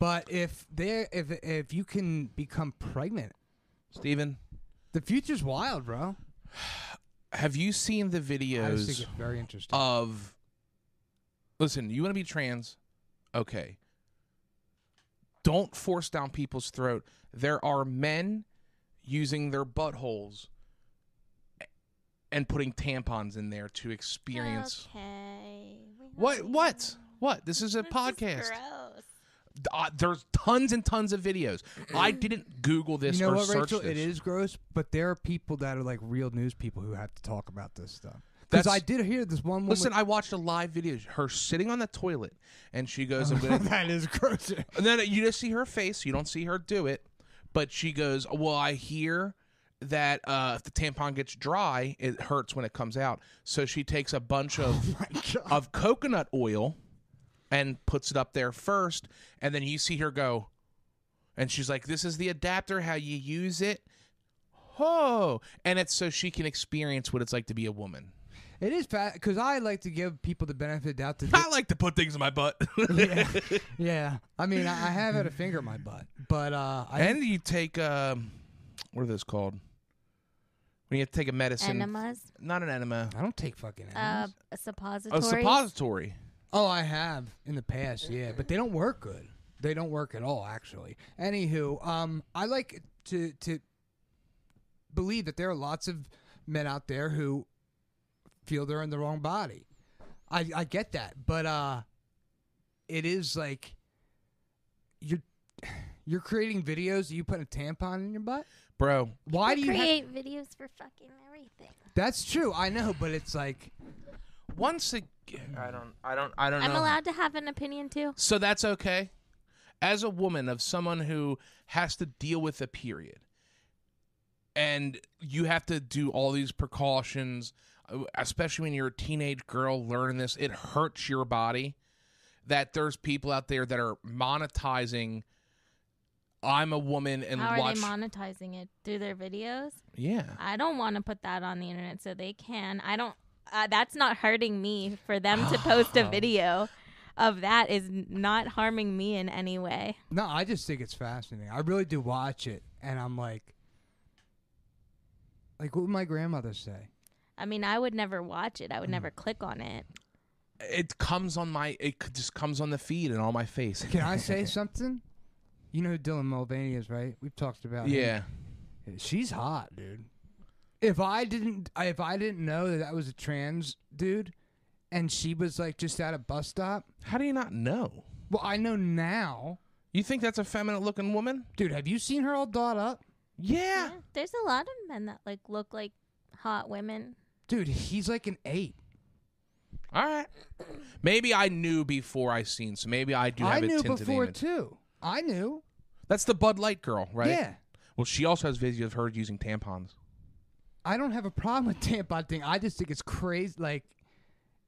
But if they if if you can become pregnant
Steven,
The future's wild, bro.
have you seen the
I just think
videos
it's very interesting.
of. Listen, you want to be trans? Okay. Don't force down people's throat. There are men using their buttholes and putting tampons in there to experience.
Okay. we
What?
don't
What? What? Oh, This is a
know.
podcast.
This is gross.
uh, there's tons and tons of videos. I didn't Google this
you know
or
what,
search
Rachel?
this.
It is gross, but there are people that are like real news people who have to talk about this stuff. Because
That's-
I did hear this one woman.
Listen, I watched a live video. Her sitting on the toilet, and she
Oh,
goes, "I'm gonna."
that is gross.
and then you just see her face. You don't see her do it, but she goes, "Well, I hear that uh, if the tampon gets dry, it hurts when it comes out." So she takes a bunch
Oh
of of coconut oil and puts it up there first, and then you see her go, and she's like, "This is the adapter, how you use it." Oh, and it's so she can experience what it's like to be a woman.
It is fat because I like to give people the benefit of the doubt. To
I like to put things in my butt,
yeah, yeah. I mean, I, I have had a finger in my butt, but uh, I
and you take um, what are those called? When you take a medicine,
Enemas,
not an enema,
I don't take fucking.
uh,
Animals.
a
suppositories.
suppository.
Oh, I have in the past, yeah, but they don't work good. They don't work at all, actually. Anywho, um, I like to to believe that there are lots of men out there who feel they're in the wrong body. I I get that, but uh, it is like you're you're creating videos that you put a tampon in your butt.
Bro,
Why do you? have-
create videos for fucking everything?
That's true. I know, but it's like
once again, I don't, I don't, I don't
I'm
know.
allowed to have an opinion too.
So that's okay. As a woman of someone who has to deal with a period, and you have to do all these precautions, uh, especially when you're a teenage girl learning this, it hurts your body. That there's people out there that are monetizing. I'm a woman and
How are
watch.
they monetizing it through their videos?
yeah,
I don't want to put that on the internet, so they can. I don't. Uh, that's not hurting me for them to post a video of that is n- not harming me in any way.
No, I just think it's fascinating. I really do watch it, and I'm like, like what would my grandmother say?
I mean, I would never watch it. I would never click on it.
it comes on my. It c- just comes on the feed and on my face.
Can I say something? You know who Dylan Mulvaney is, right? We've talked about.
Yeah,
him. she's hot, dude. If I didn't, I- if I didn't know that that was a trans dude, and she was like just at a bus stop,
how do you not know?
Well, I know now.
You think that's a feminine looking woman?
Dude, have you seen her all dolled up?
Yeah.
Yeah, There's a lot of men that like look like hot women.
Dude, he's like an eight.
All right. Maybe I knew before I seen, so maybe I do
I
have
knew
a tinted
before
image.
too. I knew.
That's the Bud Light girl, right?
Yeah.
Well, she also has videos of her using tampons.
I don't have a problem with tampon thing. I just think it's crazy. Like,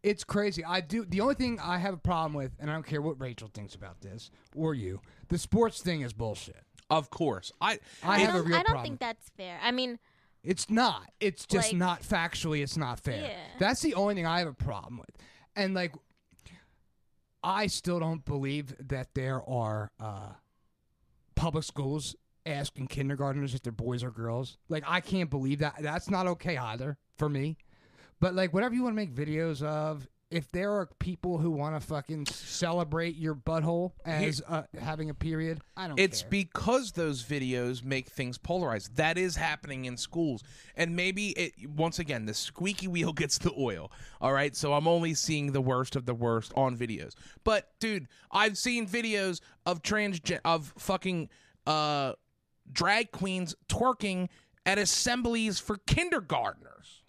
it's crazy. I do. The only thing I have a problem with, and I don't care what Rachel thinks about this or you, the sports thing is bullshit.
Of course. I.
I
I
have
don't,
a real
I don't
problem.
think that's fair. I mean,
It's not. It's just
Like-
not factually. It's not fair.
Yeah.
That's the only thing I have a problem with. And like, I still don't believe that there are uh, public schools asking kindergartners if they're boys or girls. Like, I can't believe that. That's not okay either for me. But like, whatever you want to make videos of. If there are people who want to fucking celebrate your butthole as uh, having a period, I don't.
It's
care.
because those videos make things polarized. That is happening in schools. And maybe it once again the squeaky wheel gets the oil. All right? So I'm only seeing the worst of the worst on videos. But dude, I've seen videos of trans of fucking uh drag queens twerking at assemblies for kindergartners.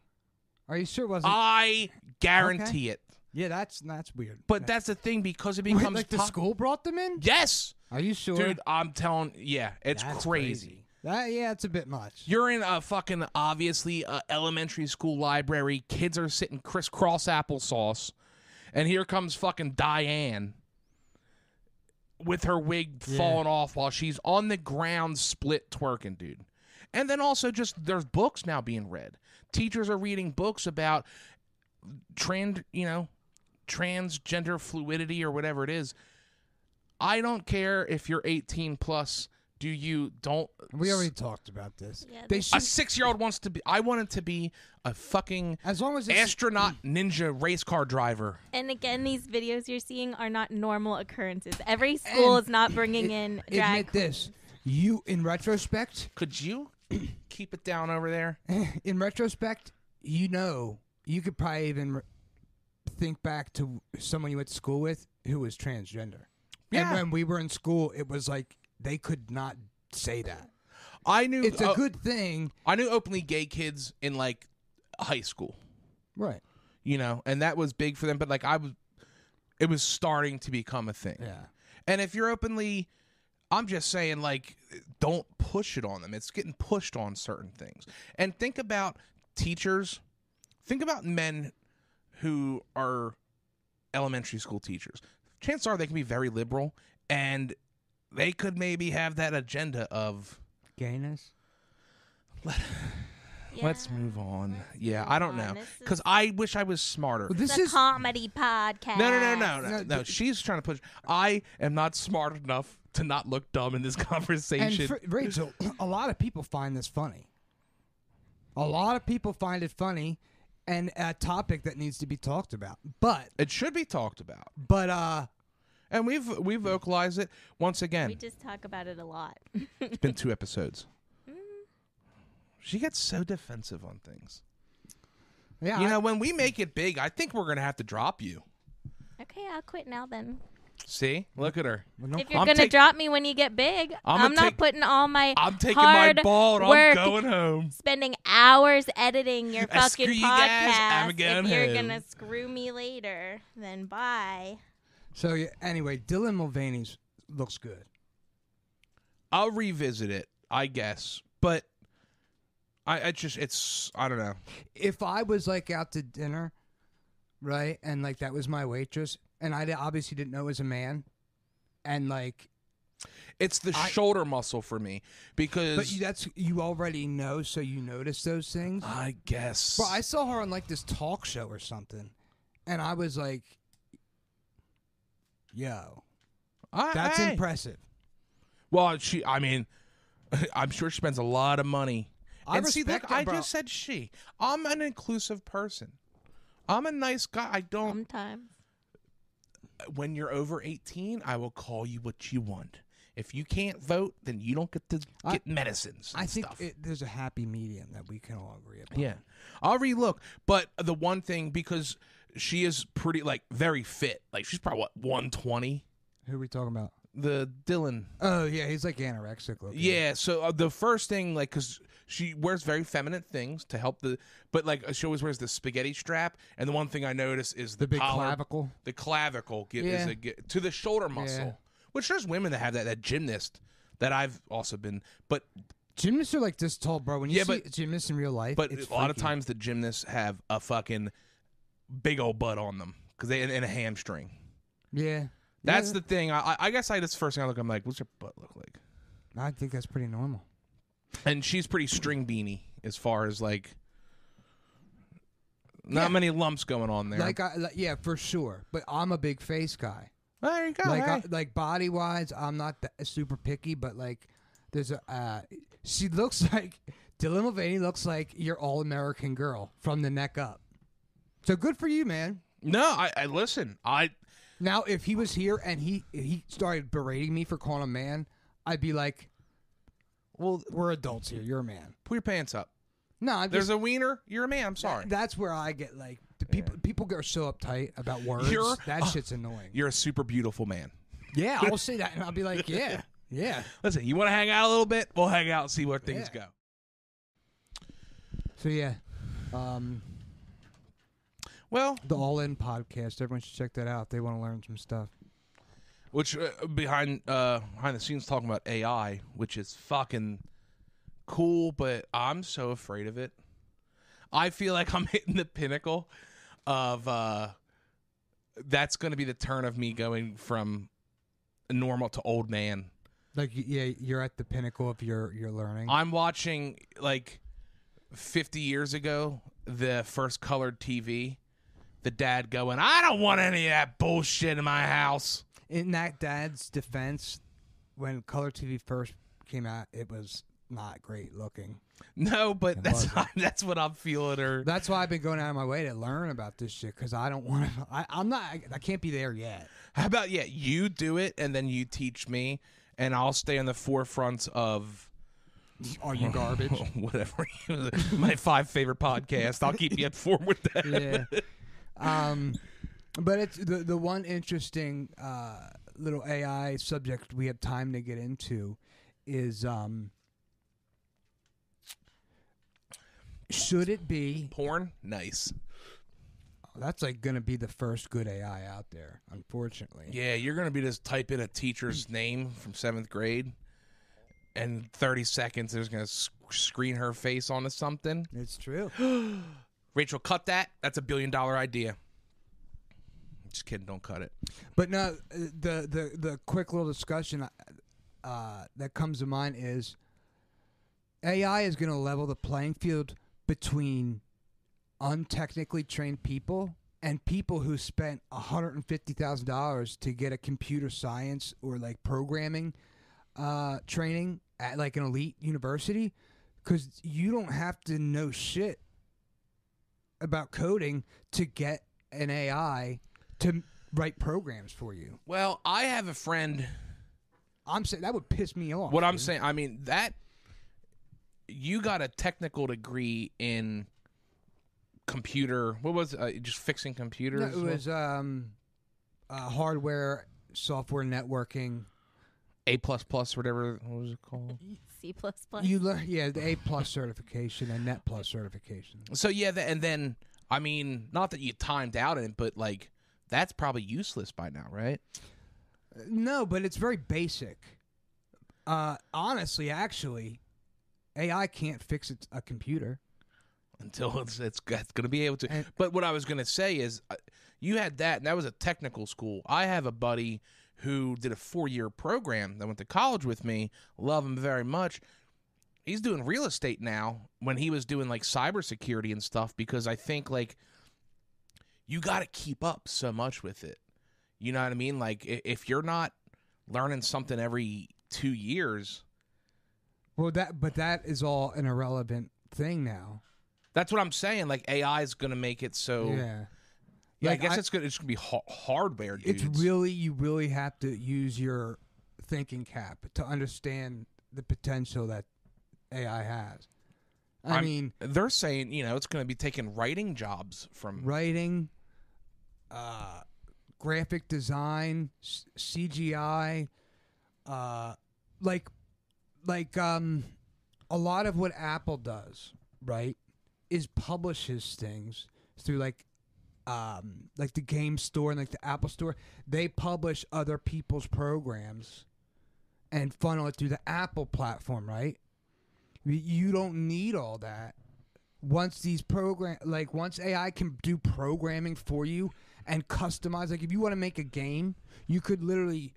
Are you sure it wasn't?
I guarantee it.
yeah, that's that's weird.
But that's the thing because it
Wait,
becomes
like the
po-
school brought them in?
Yes.
Are you sure?
Dude, I'm telling yeah, it's
That's
crazy.
That yeah, it's a bit much.
You're in a fucking obviously uh elementary school library. Kids are sitting crisscross applesauce, and here comes fucking Diane with her wig falling off while she's on the ground split twerking, dude. And then also just there's books now being read. Teachers are reading books about trans, you know, transgender fluidity or whatever it is. I don't care if you're 18 plus. Do you don't
we already talked about this.
Yeah,
they
they-
a
should,
six year old wants to be. I wanted to be a fucking
as long as it's,
astronaut ninja race car driver.
and again, these videos you're seeing are not normal occurrences. Every school
And
is not bringing
ad-
in drag.
admit this. You in retrospect,
Could you keep it down over there?
in retrospect, you know you could probably even re- think back to someone you went to school with who was transgender.
Yeah.
And when we were in school, it was like they could not say that.
I knew
It's a
uh,
good thing,
I knew openly gay kids in like high school,
right?
you know, and that was big for them. But like I was, it was starting to become a thing.
Yeah.
And if you're openly, I'm just saying, like, don't push it on them. It's getting pushed on certain things. And think about teachers. Think about men who are elementary school teachers. Chances are they can be very liberal and they could maybe have that agenda of
Gayness.
Yeah.
let's move on. yeah, I don't
move
know.
on. This is-
Because I wish I was smarter.
This
It's a
is
comedy podcast.
No, no, no, no, no,
No,
no.
th-
She's trying to push. I am not smart enough to not look dumb in this conversation.
And for, Rachel, a lot of people find this funny. A lot of people find it funny, and a topic that needs to be talked about. But
it should be talked about.
but uh,
And we've we vocalized it once
We
again.
just talk about it a lot.
It's been two episodes.
Mm-hmm.
She gets so defensive on things.
yeah,
You
I-
know, when we make it big, I think we're gonna have to drop you.
okay, I'll quit now then.
See, look at her.
well, no-
If you're
I'm
gonna
take-
drop me when you get big,
I'm
I'm,
gonna
not
take-
putting all my
I'm taking
hard
my ball and
work,
I'm going home.
spending hours editing your
I
fucking
screw you
podcast.
guys, I'm going
if you're
home.
gonna screw me later, then bye.
so yeah, anyway, Dylan Mulvaney's looks good.
I'll revisit it, I guess. But I, I just it's I don't know.
If I was like out to dinner, right, and like that was my waitress, and I di- obviously didn't know it was a man, and like,
It's the
I-
shoulder muscle for me because
but you, that's you already know, so you notice those things.
I guess
Bro, I saw her on like this talk show or something, and I was like, "Yo,
I-
that's
I-
impressive."
Well, she. I mean, I'm sure she spends a lot of money.
I
and see, look,
respect her,
I
bro.
just said she. I'm an inclusive person. I'm a nice guy. I don't.
Sometimes.
When you're over 18, I will call you what you want. If you can't vote, then you don't get to get
I-
medicines. And
I think
stuff.
it, there's a happy medium that we can all agree upon.
Yeah, I'll relook. But the one thing because she is pretty, like very fit. Like she's probably what 120.
Who are we talking about?
the Dylan.
Oh yeah, he's like anorexic looking.
Yeah, so uh, the first thing, like, because she wears very feminine things to help the, but like uh, she always wears the spaghetti strap, and the one thing I notice is the,
the big
collar-
clavicle.
the clavicle get, is
Yeah.
a, get, to the shoulder muscle, which there's women that have that that gymnast that I've also been, but
Gymnasts are like this tall, bro. When you
Yeah,
see
but-
gymnasts in real life,
but
it's
a lot of
freaky.
times the gymnasts have a fucking big old butt on them because they and, and a hamstring.
Yeah,
That's
Yeah.
the thing. I, I- I guess I just first thing I look, I'm like, what's your butt look like?
I think that's pretty normal.
And she's pretty string beanie as far as like. Not
Yeah.
many lumps going on there.
Like, I, like, yeah, for sure. But I'm a big face guy.
Oh, there you go.
like, uh, I,
hey.
like body wise, I'm not that super picky. But like, there's a uh, she looks like Dylan Mulvaney looks like your all American girl from the neck up. So good for you, man.
no, I, I listen. I
Now, if he was here and he he started berating me for calling him man, I'd be like, "Well, we're adults here. You're a man."
put your pants up.
No, I'm
There's
just,
a wiener. You're a man. I'm sorry.
that's where I get like the people. People get so uptight about words.
You're-
that shit's annoying.
You're a super beautiful man.
Yeah, I'll say that, and I'll be like, "Yeah, yeah."
Listen, you want to hang out a little bit? We'll hang out and see where things
Yeah.
go.
So yeah, um,
Well,
the All In podcast. Everyone should check that out. if They want to learn some stuff.
which uh, behind uh, behind the scenes talking about AI, which is fucking cool, but I'm so afraid of it. I feel like I'm hitting the pinnacle of uh, that's going to be the turn of me going from normal to old man.
Like, y- yeah, you're at the pinnacle of your your learning.
I'm watching like 50 years ago the first colored TV. The dad going, I don't want any of that bullshit in my house.
In that dad's defense, when color TV first came out, it was not great looking.
No, but that's
wasn't.
that's what I'm feeling. Or
That's why I've been going out of my way to learn about this shit because I don't want to. I- I'm not. I, I can't be there yet.
how about yeah, you do it and then you teach me, and I'll stay on the forefront of
Are you garbage?
whatever my five favorite podcast. I'll keep you informed with that.
yeah. Um, but it's the the one interesting uh, little AI subject we have time to get into is um, should it be?
Porn, nice.
That's like going to be the first good AI out there, unfortunately.
Yeah, you're gonna be just type in a teacher's name from seventh grade, and 30 seconds there's gonna sc- screen her face onto something.
It's true.
Rachel, cut that. That's a billion dollar idea. Just kidding. Don't cut it.
But no, the the the quick little discussion uh, that comes to mind is AI is going to level the playing field between untechnically trained people and people who spent hundred and fifty thousand dollars to get a computer science or like programming uh, training at like an elite university because you don't have to know shit about coding to get an AI to m- write programs for you.
Well, I have a friend.
I'm saying that would piss me off.
What I'm saying, I mean that you got a technical degree in computer. What was it? Uh, just fixing
No,
computers?
it was um, uh, hardware, software, networking.
A plus plus, whatever. What was it called?
C plus plus.
You learn, yeah, the A plus certification and Net plus certification.
So yeah, th and then I mean, not that you timed out in it, but like that's probably useless by now, right?
Uh, No, but it's very basic. Uh, honestly, actually, AI can't fix it, a computer.
Until it's it's, it's going to be able to.
And-
but what I was going to say is, uh, you had that, and that was a technical school. I have a buddy who did a four year program that went to college with me. Love him very much. He's doing real estate now. When he was doing like cybersecurity and stuff, because I think like you got to keep up so much with it. You know what I mean? Like i- if you're not learning something every two years,
Well, that but that is all an irrelevant thing now.
that's what I'm saying. Like AI is going to make it so.
Yeah,
Oh. Yeah,
Like,
I guess
I-
it's gonna it's gonna be ha- hardware. Dudes.
it's really you really have to use your thinking cap to understand the potential that AI has. I
I'm-
mean,
they're saying you know it's gonna be taking writing jobs from
writing, uh, graphic design, s- CGI, uh, like like um, a lot of what Apple does, right, is publishes things through like um, like the game store and like the Apple store. They publish other people's programs and funnel it through the Apple platform, right? Y- You don't need all that once these program like once AI can do programming for you and customize like if you want to make a game, you could literally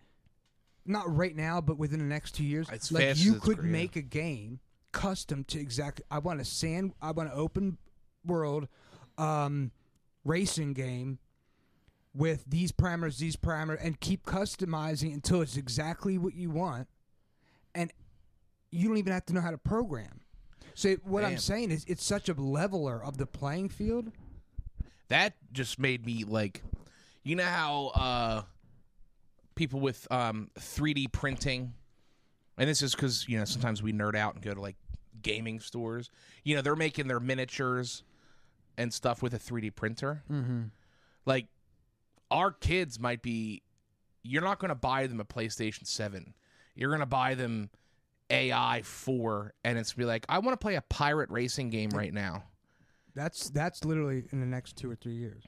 not right now, but within the next two years,
It's
like
fast
you
as it's
could
creative.
make a game custom to exactly. I want a sand. I want an open world um, racing game with these parameters, these parameters, and keep customizing until it's exactly what you want. And you don't even have to know how to program. So what I'm
Damn.
saying is, it's such a leveler of the playing field.
that just made me like you know how uh people with um 3d printing and this is because you know sometimes we nerd out and go to like gaming stores you know they're making their miniatures and stuff with a 3d printer
Mm-hmm.
like our kids might be you're not going to buy them a playstation 7 you're going to buy them ai 4 and it's be like i want to play a pirate racing game right now
That's that's literally in the next two or three years.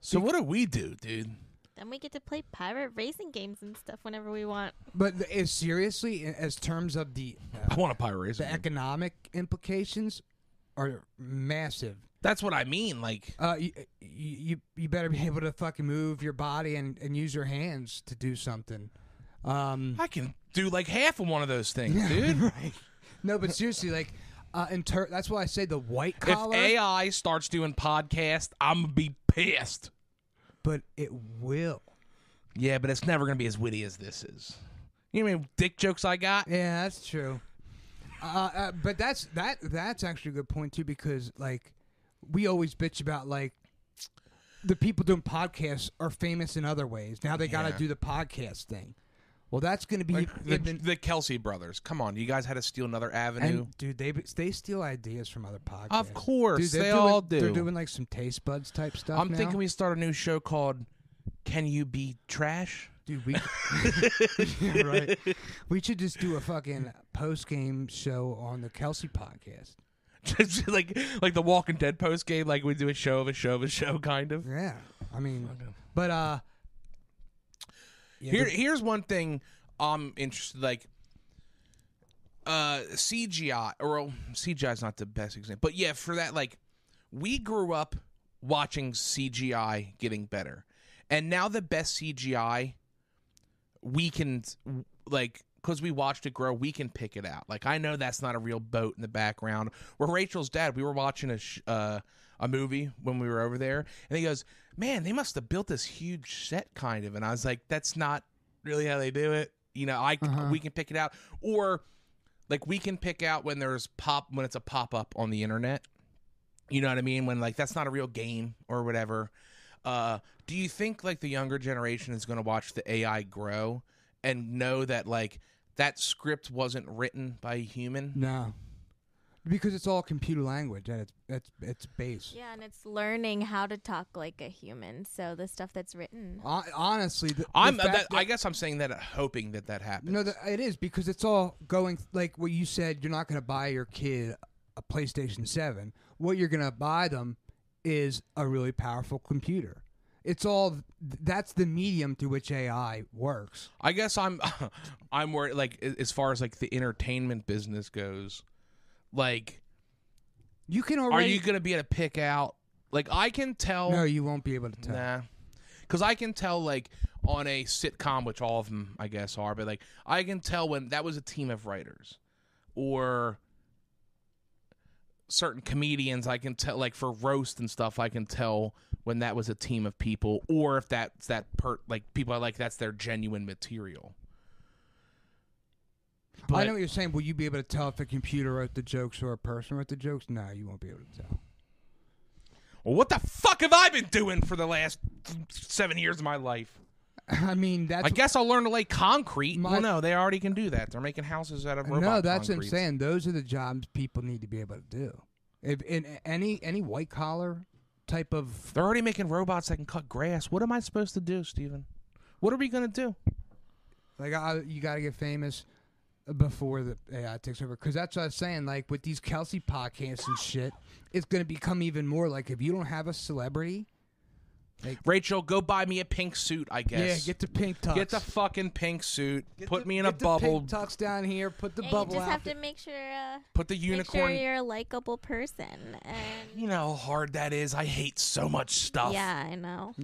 so what do we do dude
Then we get to play pirate racing games and stuff whenever we want.
But th- is seriously, in- as terms of the
i
uh,
want a pirate racing
the
game.
economic implications, are massive.
That's what I mean. Like,
Uh, you, you you better be able to fucking move your body and, and use your hands to do something. Um,
I can do like half of one of those things, dude.
right? No, but seriously, like, uh, in ter- that's why I say the white
if
collar.
AI starts doing podcast, I'm gonna be pissed.
but it will.
Yeah, but it's never gonna be as witty as this is. You know what I mean dick jokes I got?
Yeah, that's true. Uh, uh, but that's that that's actually a good point too because like we always bitch about like the people doing podcasts are famous in other ways. Now they got to
Yeah.
do the podcast thing. Well, that's going to be
Like, the,
even-
the Kelsey brothers. Come on, you guys had to steal another avenue.
and, dude. They they steal ideas from other podcasts.
of course,
Dude, they're
they
doing-
all do.
They're doing like some taste buds type stuff.
I'm
now.
thinking we start a new show called "Can You Be Trash."
dude, we, Yeah, right. We should just do a fucking post game show on the Kelsey podcast.
Just like like the Walking Dead post game, like we do a show of a show of a show, kind of.
Yeah, I mean, but uh, yeah,
Here,
the-
here's one thing I'm interested. Like, uh, CGI or oh, well, CGI is not the best example, but yeah, for that, like, we grew up watching CGI getting better, and now the best CGI we can like because we watched it grow, we can pick it out. Like, I know that's not a real boat in the background. Where Rachel's dad, we were watching a sh- uh, a movie when we were over there, and he goes, "Man, they must have built this huge set, kind of." And I was like, "That's not really how they do it." You know, I c- we can pick it out, or like we can pick out when there's pop when it's a pop up on the internet. You know what I mean? When like that's not a real game or whatever. Uh, do you think like the younger generation is going to watch the AI grow and know that like that script wasn't written by a human?
no, because it's all computer language at its its its base.
Yeah, and it's learning how to talk like a human. So the stuff that's
Oh,
written.
Hon- honestly, the, the
I'm
fact
that, I guess I'm saying that uh, hoping that that happens.
No, the, it is because it's all going like what you said. You're not going to buy your kid a PlayStation Seven. What you're going to buy them is a really powerful computer. It's all that's the medium through which AI works.
I guess I'm I'm worried like a- as far as like the entertainment business goes. Like
You can
are
already
you going to be able to pick out like I can tell
no, you won't be able to tell.
Nah. Because I can tell, like, on a sitcom, which all of them, I guess, are, but, like, I can tell when that was a team of writers or certain comedians. I can tell, like, for roast and stuff, I can tell when that was a team of people or if that's that per, like, people I like, that's their genuine material.
I
But-
know what you're saying. Will you be able to tell if a computer wrote the jokes or a person wrote the jokes? No, you won't be able to tell.
Well, what the fuck have I been doing for the last seven years of my life?
I mean, that's
I guess I'll learn to lay concrete.
My-
well, no, they already can do that. They're making houses out of robot
no, that's what I'm
concretes.
saying. Those are the jobs people need to be able to do. If in any any white collar type of
They're already making robots that can cut grass. What am I supposed to do, Steven? What are we gonna do?
like I, you got to get famous before the AI takes over. Because that's what I was saying. Like with these Kelsey podcasts and shit, it's going to become even more like if you don't have a celebrity,
Rachel, go buy me a pink suit. I guess.
yeah, get the pink tux,
Get the fucking pink suit.
Get
put
the-
me in a
get the
bubble.
pink tux down here. Put the
Yeah,
bubble
you just
out.
have to make sure uh,
put the
make sure
unicorn.
you're a likable person. And
You know how hard that is. I hate so much stuff.
yeah, I know.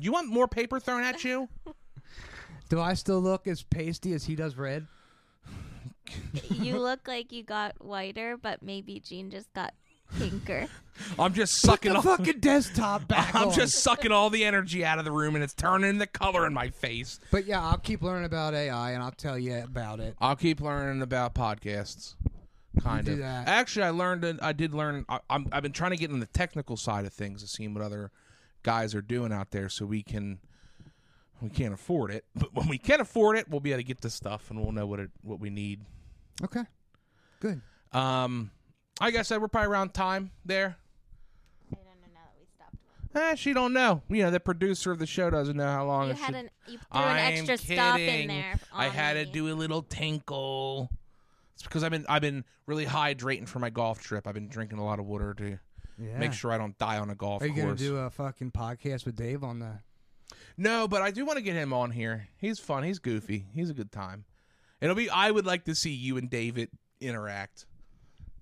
You want more paper thrown at you?
Do I still look as pasty as he does red?
you look like you got whiter, but maybe Jean just got pinker.
I'm just
Put
sucking
the
all.
fucking desktop back
I'm
on.
just sucking all the energy out of the room, and it's turning the color in my face.
But yeah, I'll keep learning about AI and I'll tell you about it.
I'll keep learning about podcasts. Kind
do
of.
that.
Actually, I learned. it- I did learn. I, I'm, I've been trying to get in the technical side of things to see what other guys are doing out there, so we can. We can't afford it, but when we can afford it, we'll be able to get this stuff, and we'll know what it what we need.
Okay. Good.
Um, like I said, we're probably around time there.
I don't know now that we stopped.
Eh, she don't know. You know, the producer of the show doesn't know how long
You
it
had
should.
an you threw
I'm
an extra
kidding.
stop in there.
I
on
had to
me.
do a little tinkle. It's because I've been I've been really hydrating for my golf trip. I've been drinking a lot of water to
Yeah.
make sure I don't die on a golf
Are you gonna
course.
do a fucking podcast with Dave on the?
no, but I do want to get him on here. He's fun. He's goofy. He's a good time. It'll be. I would like to see you and David interact.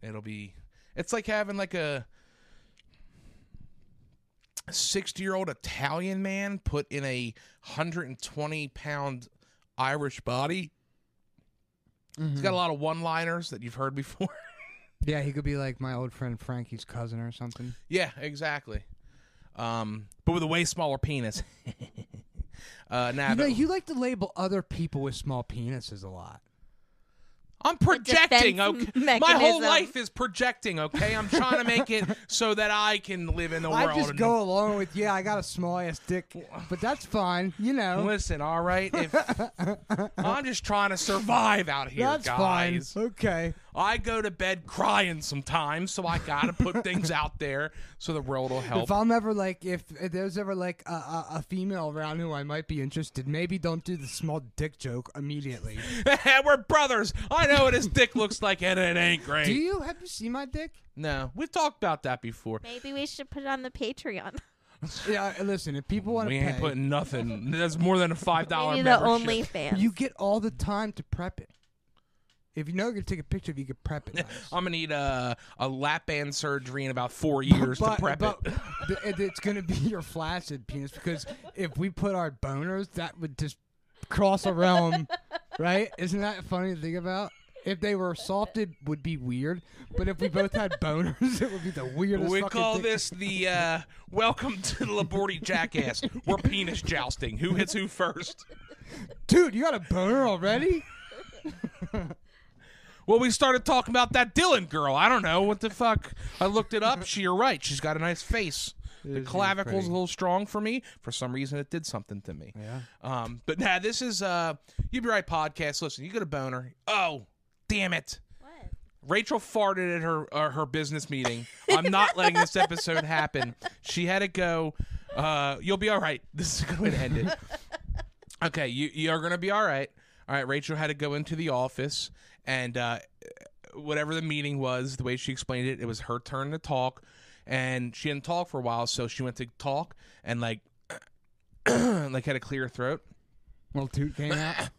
It'll be. It's like having like a sixty-year-old Italian man put in a hundred and twenty-pound Irish body. He's
Hmm.
got a lot of one-liners that you've heard before.
Yeah, he could be like my old friend Frankie's cousin or something.
yeah, exactly. Um, but with a way smaller penis. uh, nah,
You know,
but-
you like to label other people with small penises a lot.
I'm projecting.
defense
Okay,
m-
my whole
mechanism.
life is projecting. Okay, I'm trying to make it so that I can live in the world.
I just
and-
go along with yeah, I got a small ass dick, but that's fine. You know,
Listen, all right. If I'm just trying to survive out here,
that's
guys.
fine. Okay.
I go to bed crying sometimes, so I gotta put things out there so the world will help.
If I'm ever like, if, if there's ever like a, a, a female around who I might be interested, maybe don't do the small dick joke immediately.
We're brothers. I know what his dick looks like, and it ain't great.
do you have you seen my dick?
no, we've talked about that before.
Maybe we should put it on the Patreon.
Yeah. Listen, if people want
We
to
ain't
pay,
putting nothing. That's more than a five dollar
Maybe
membership.
the OnlyFans.
you get all the time to prep it. If you know you're gonna take a picture, of it, you can prep it. nice.
I'm gonna need a a lap band surgery in about four years to prep it.
th- it- it's going to be your flaccid penis because if we put our boners, that would just cross a realm, right? Isn't that funny to think about? If they were soft, it would be weird. But if we both had boners, it would be the weirdest.
We
fucking
call
thing.
this the uh, welcome to the Labordi Jackass. We're penis jousting. Who hits who first?
dude. You got a boner already?
Well, we started talking about that Dylan girl. I don't know what the fuck. I looked it up. She, you're right. She's got a nice face. The
she's
clavicle's
pretty.
a little strong for me. For some reason, it did something to me.
Yeah.
Um, but nah, this is uh, you be right podcast. Listen, you got a boner. Oh, damn it.
What?
Rachel farted at her uh, her business meeting. I'm not letting this episode happen. She had to go. Uh, you'll be all right. This is a good way to end it. Okay, you you are gonna be all right. All right, Rachel had to go into the office and uh, whatever the meeting was, the way she explained it, it was her turn to talk, and she didn't talk for a while, so she went to talk and like like had a clear throat.
Well, toot came out.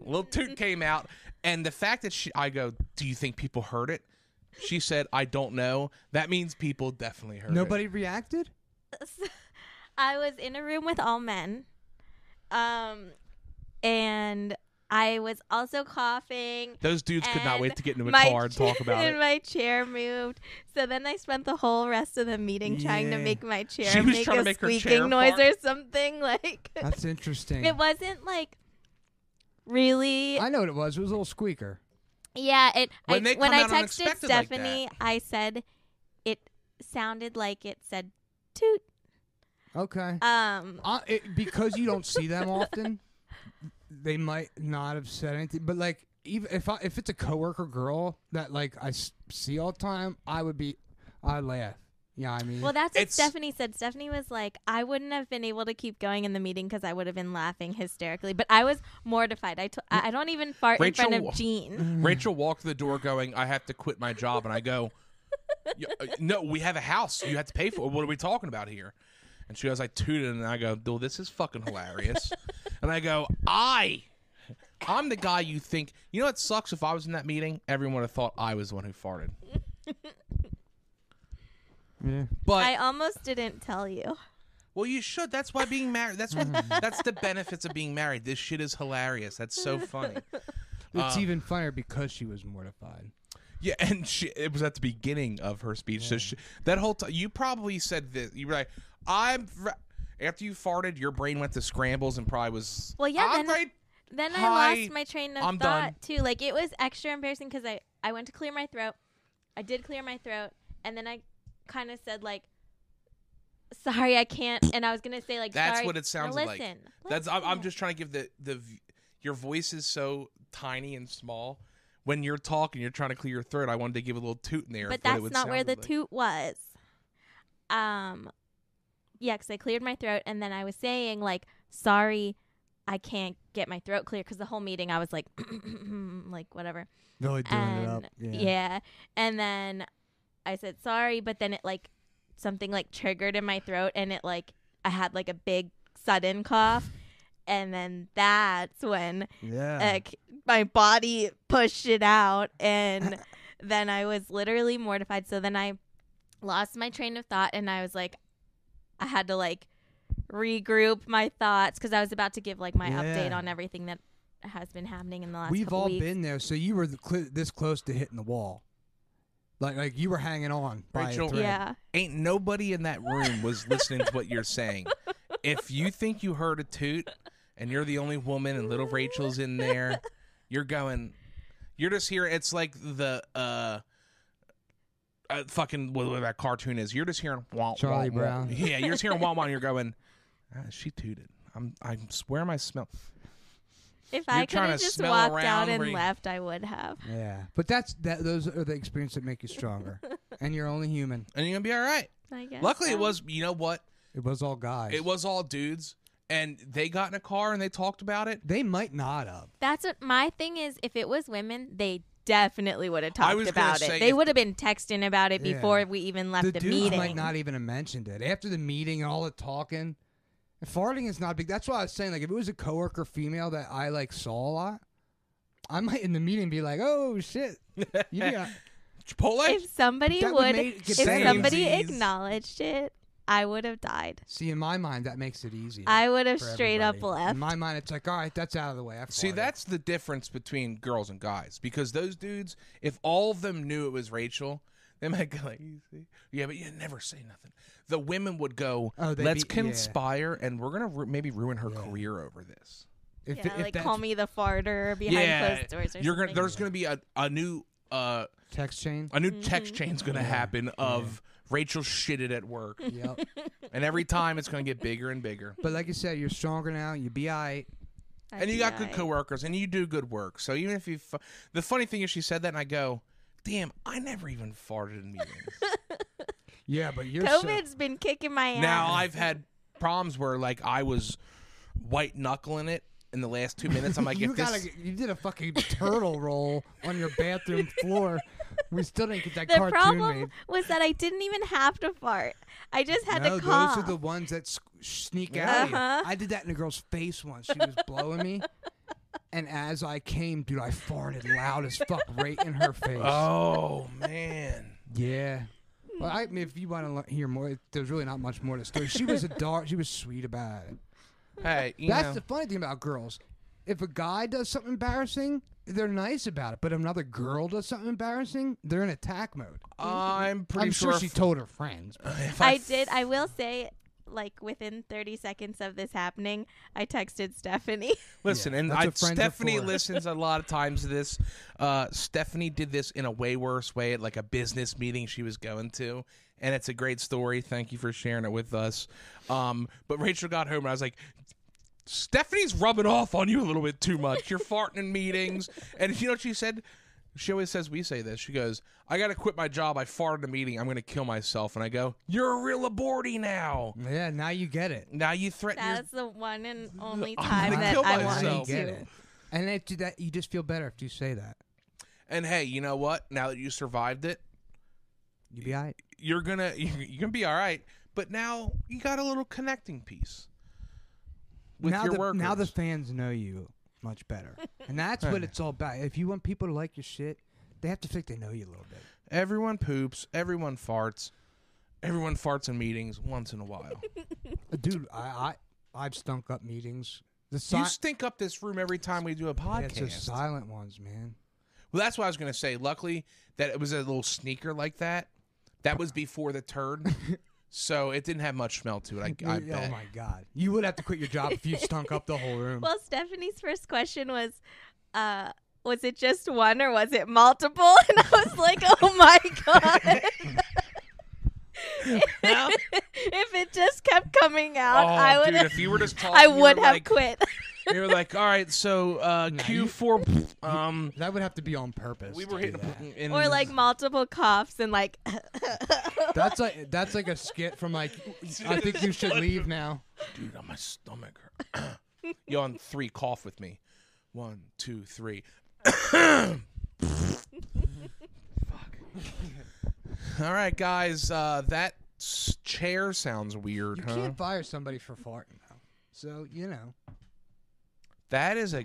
Little toot came out, and the fact that she, I go, do you think people heard it? She said, I don't know. That means people definitely heard it.
Nobody reacted.
I was in a room with all men. Um and I was also coughing.
Those dudes could not wait
and
to get into a
my
car and talk about
and
it.
my chair moved. So then I spent the whole rest of the meeting trying to
Yeah.
make my chair
She was
make
trying
a
to make her
squeaking
chair
noise
fart.
or something. Like
That's interesting.
it wasn't like really
I know what it was. It was a little squeaker.
Yeah, it
When
I,
they
when
come
I
out
texted
unexpected like
Stephanie, I said it sounded like it said toot.
Okay.
Um
Uh, it, because you don't see them often, they might not have said anything. But like, even if I, if it's a coworker girl that like I s- see all the time, I would be, I laugh. Yeah, I mean,
Well, that's what
Mm. It's-
Stephanie said. Stephanie was like, I wouldn't have been able to keep going in the meeting because I would have been laughing hysterically. But I was mortified. I, to- I I don't even fart in front
Mm. Rachel-
of Gene.
Rachel walked to the door going, I have to quit my job. And I go, "Y- uh, No, we have a house. You have to pay for it. What are we talking about here? And she goes, I tooted. And I go, Dude, this is fucking hilarious. and I go, I. I'm the guy you think. You know what sucks? If I was in that meeting, everyone would have thought I was the one who farted.
yeah.
But
I almost didn't tell you.
well, you should. That's why being married. That's what. that's the benefits of being married. This shit is hilarious. That's so funny.
it's even funnier because she was mortified.
Yeah, and she, it was at the beginning of her speech. So she, that whole time, you probably said this. You were like, "I'm." fr- After you farted, your brain went to scrambles and probably was.
Well, yeah,
I'm
then-
great.
Then
Hi,
I lost my train of
I'm done.
thought, too. Like, it was extra embarrassing because I, I went to clear my throat. I did clear my throat. And then I kind of said, like, sorry, I can't. And I was going to say, like,
That's
sorry.
what it sounds
now
like.
listen,
That's. I'm, I'm
listen.
just trying to give the the. v- Your voice is so tiny and small. When you're talking, you're trying to clear your throat. I wanted to give a little toot in there.
but
of what it
that's
would
not where
sound
the
like.
toot was. Um, yeah, 'cause I cleared my throat, and then I was saying like, "Sorry, I can't get my throat clear." Because the whole meeting, I was like, like whatever,
Really doing it up.
and
Yeah.
and then I said sorry, but then it like something like triggered in my throat, and it like I had like a big sudden cough. And then that's when
Yeah.
like my body pushed it out and then i was literally mortified so then i lost my train of thought and i was like i had to like regroup my thoughts because i was about to give like my update
Yeah.
on everything that has been happening in the last
We've
couple
all
weeks.
been there. So you were the cl- this close to hitting the wall. Like, like you were hanging on. By
Rachel-
a thread.
yeah
Ain't nobody in that room was listening to what you're saying. If you think you heard a toot and you're the only woman and little Rachel's in there, you're going you're just here it's like the uh uh, fucking whatever that cartoon is. You're just hearing wah,
Charlie
wah, wah.
Brown.
Yeah, you're just hearing wah wah. And you're going. Ah, she tooted. I'm. I swear, my smell.
if
You're
i could
trying
have
to
just
smell
walked
around
out and
where you-
left i would have
Yeah. But that's that. Those are the experiences that make you stronger. and you're only human.
And you're gonna be all right.
i guess
Luckily,
so.
it was. You know what?
It was all guys.
It was all dudes, and they got in a car and they talked about it.
They might not have.
that's what my thing is if it was women they definitely would have talked
was gonna
about
say
it
if-
they would have been texting about it
Yeah.
before we even left
the
the,
dudes
meeting
might not even have mentioned it after the meeting and all the talking. Farting is not big. That's why I was saying, like, if it was a coworker female that I like saw a lot, I might in the meeting be like, "Oh shit, uh, yeah,
Chipotle.
if somebody
That would
would,
make it
if
better.
somebody
Samesies.
acknowledged it, I would have died.
See, in my mind, that makes it easy.
I would have
for
straight up
everybody.
left.
In my mind, it's like, all right, that's out of the way. I
See,
farted."
that's the difference between girls and guys because those dudes, if all of them knew it was Rachel, they might go like, "You see? "Yeah, but you never say nothing." The women would go,
Oh, they'd
"Let's
be- yeah.
conspire, and we're gonna ru- maybe ruin her career over this."
if,
yeah,
if
like
that
call me the farter behind closed doors or
you're gonna.
something.
There's gonna be a a new uh
text chain.
a new
Mm-hmm.
text chain's gonna happen of Rachel shitted at work,
yep.
and every time it's gonna get bigger and bigger.
But like you said, you're stronger now. You be alright.
and you got good
FBI.
coworkers and you do good work. So even if you, f- the funny thing is, she said that, and I go, "Damn, I never even farted in meetings."
Yeah, but you're so-
COVID's been kicking my ass.
now I've had problems where like I was white knuckling it in the last two minutes. I'm like,
you
if this,
gotta. get- You did a fucking turtle roll on your bathroom floor. We still didn't get that
the
cartoon
problem
made.
was that I didn't even have to fart. I just had
no,
to cough.
those are the ones that s- sneak out. at you.
Uh-huh.
I did that in a girl's face once. She was blowing me, and as I came, dude, I farted loud as fuck right in her face.
oh man,
Yeah. Well, I mean, if you want to hear more, it- there's really not much more to the story. She was a dark. She was sweet about it.
hey, you
That's
know,
the funny thing about girls. If a guy does something embarrassing, they're nice about it. But if another girl does something embarrassing, they're in attack mode.
I'm pretty
I'm sure,
sure
she
if-
told her friends. but-
if
I did. I will say, like within 30 seconds of this happening, I texted Stephanie.
Listen,
Yeah,
and
that's
I,
what friends are
Stephanie
for.
listens a lot of times to this. Uh, Stephanie did this in a way worse way at like a business meeting she was going to, and it's a great story. Thank you for sharing it with us. Um, but Rachel got home and I was like. Stephanie's rubbing off on you a little bit too much. You're farting in meetings, and you know what she said? She always says we say this. She goes, "I got to quit my job. I farted in a meeting. I'm going to kill myself." And I go, "You're a real aborty now.
Yeah, now you get it.
Now you threaten your
That's the one and only
I'm
time
gonna
that
kill
I
Now
myself.
want
you get
to.
it. And it, that you just feel better if you say that.
And hey, you know what? Now that you survived it,
You be alright.
you're gonna you're gonna be all right. But now you got a little connecting piece with
now
your
the,
workers.
Now the fans know you much better, and that's what it's all about. If you want people to like your shit, they have to think they know you a little bit.
everyone poops, everyone farts, everyone farts in meetings once in a while.
Uh, Dude, I, I I've stunk up meetings. The si-
you stink up this room every time we do a
yeah,
podcast.
it's the silent ones, man.
well, that's what I was gonna say. Luckily, that it was a little sneaker like that. That was before the turd, so it didn't have much smell to it. I, I
oh
bet.
my god, you would have to quit your job if you stunk up the whole room.
Well, Stephanie's first question was, uh, was it just one or was it multiple? And I was like, oh my god.
Well-
if it just kept coming out,
Oh,
I would
dude,
have,
if you were just talking,
I
you were
would have
like,
quit.
You were like, all right, so uh,
No, you-
Q4. Um,
that would have to be on purpose.
we were
to do
hitting
that.
a, in,
or like multiple coughs and like
That's like that's like a skit from like. I think you should leave now.
dude on my stomach. hurt." you on three, cough with me. One, two, three. Fuck. All right, guys, uh, that s- chair sounds weird,
You
huh?
can't fire somebody for farting though. So you know
That is a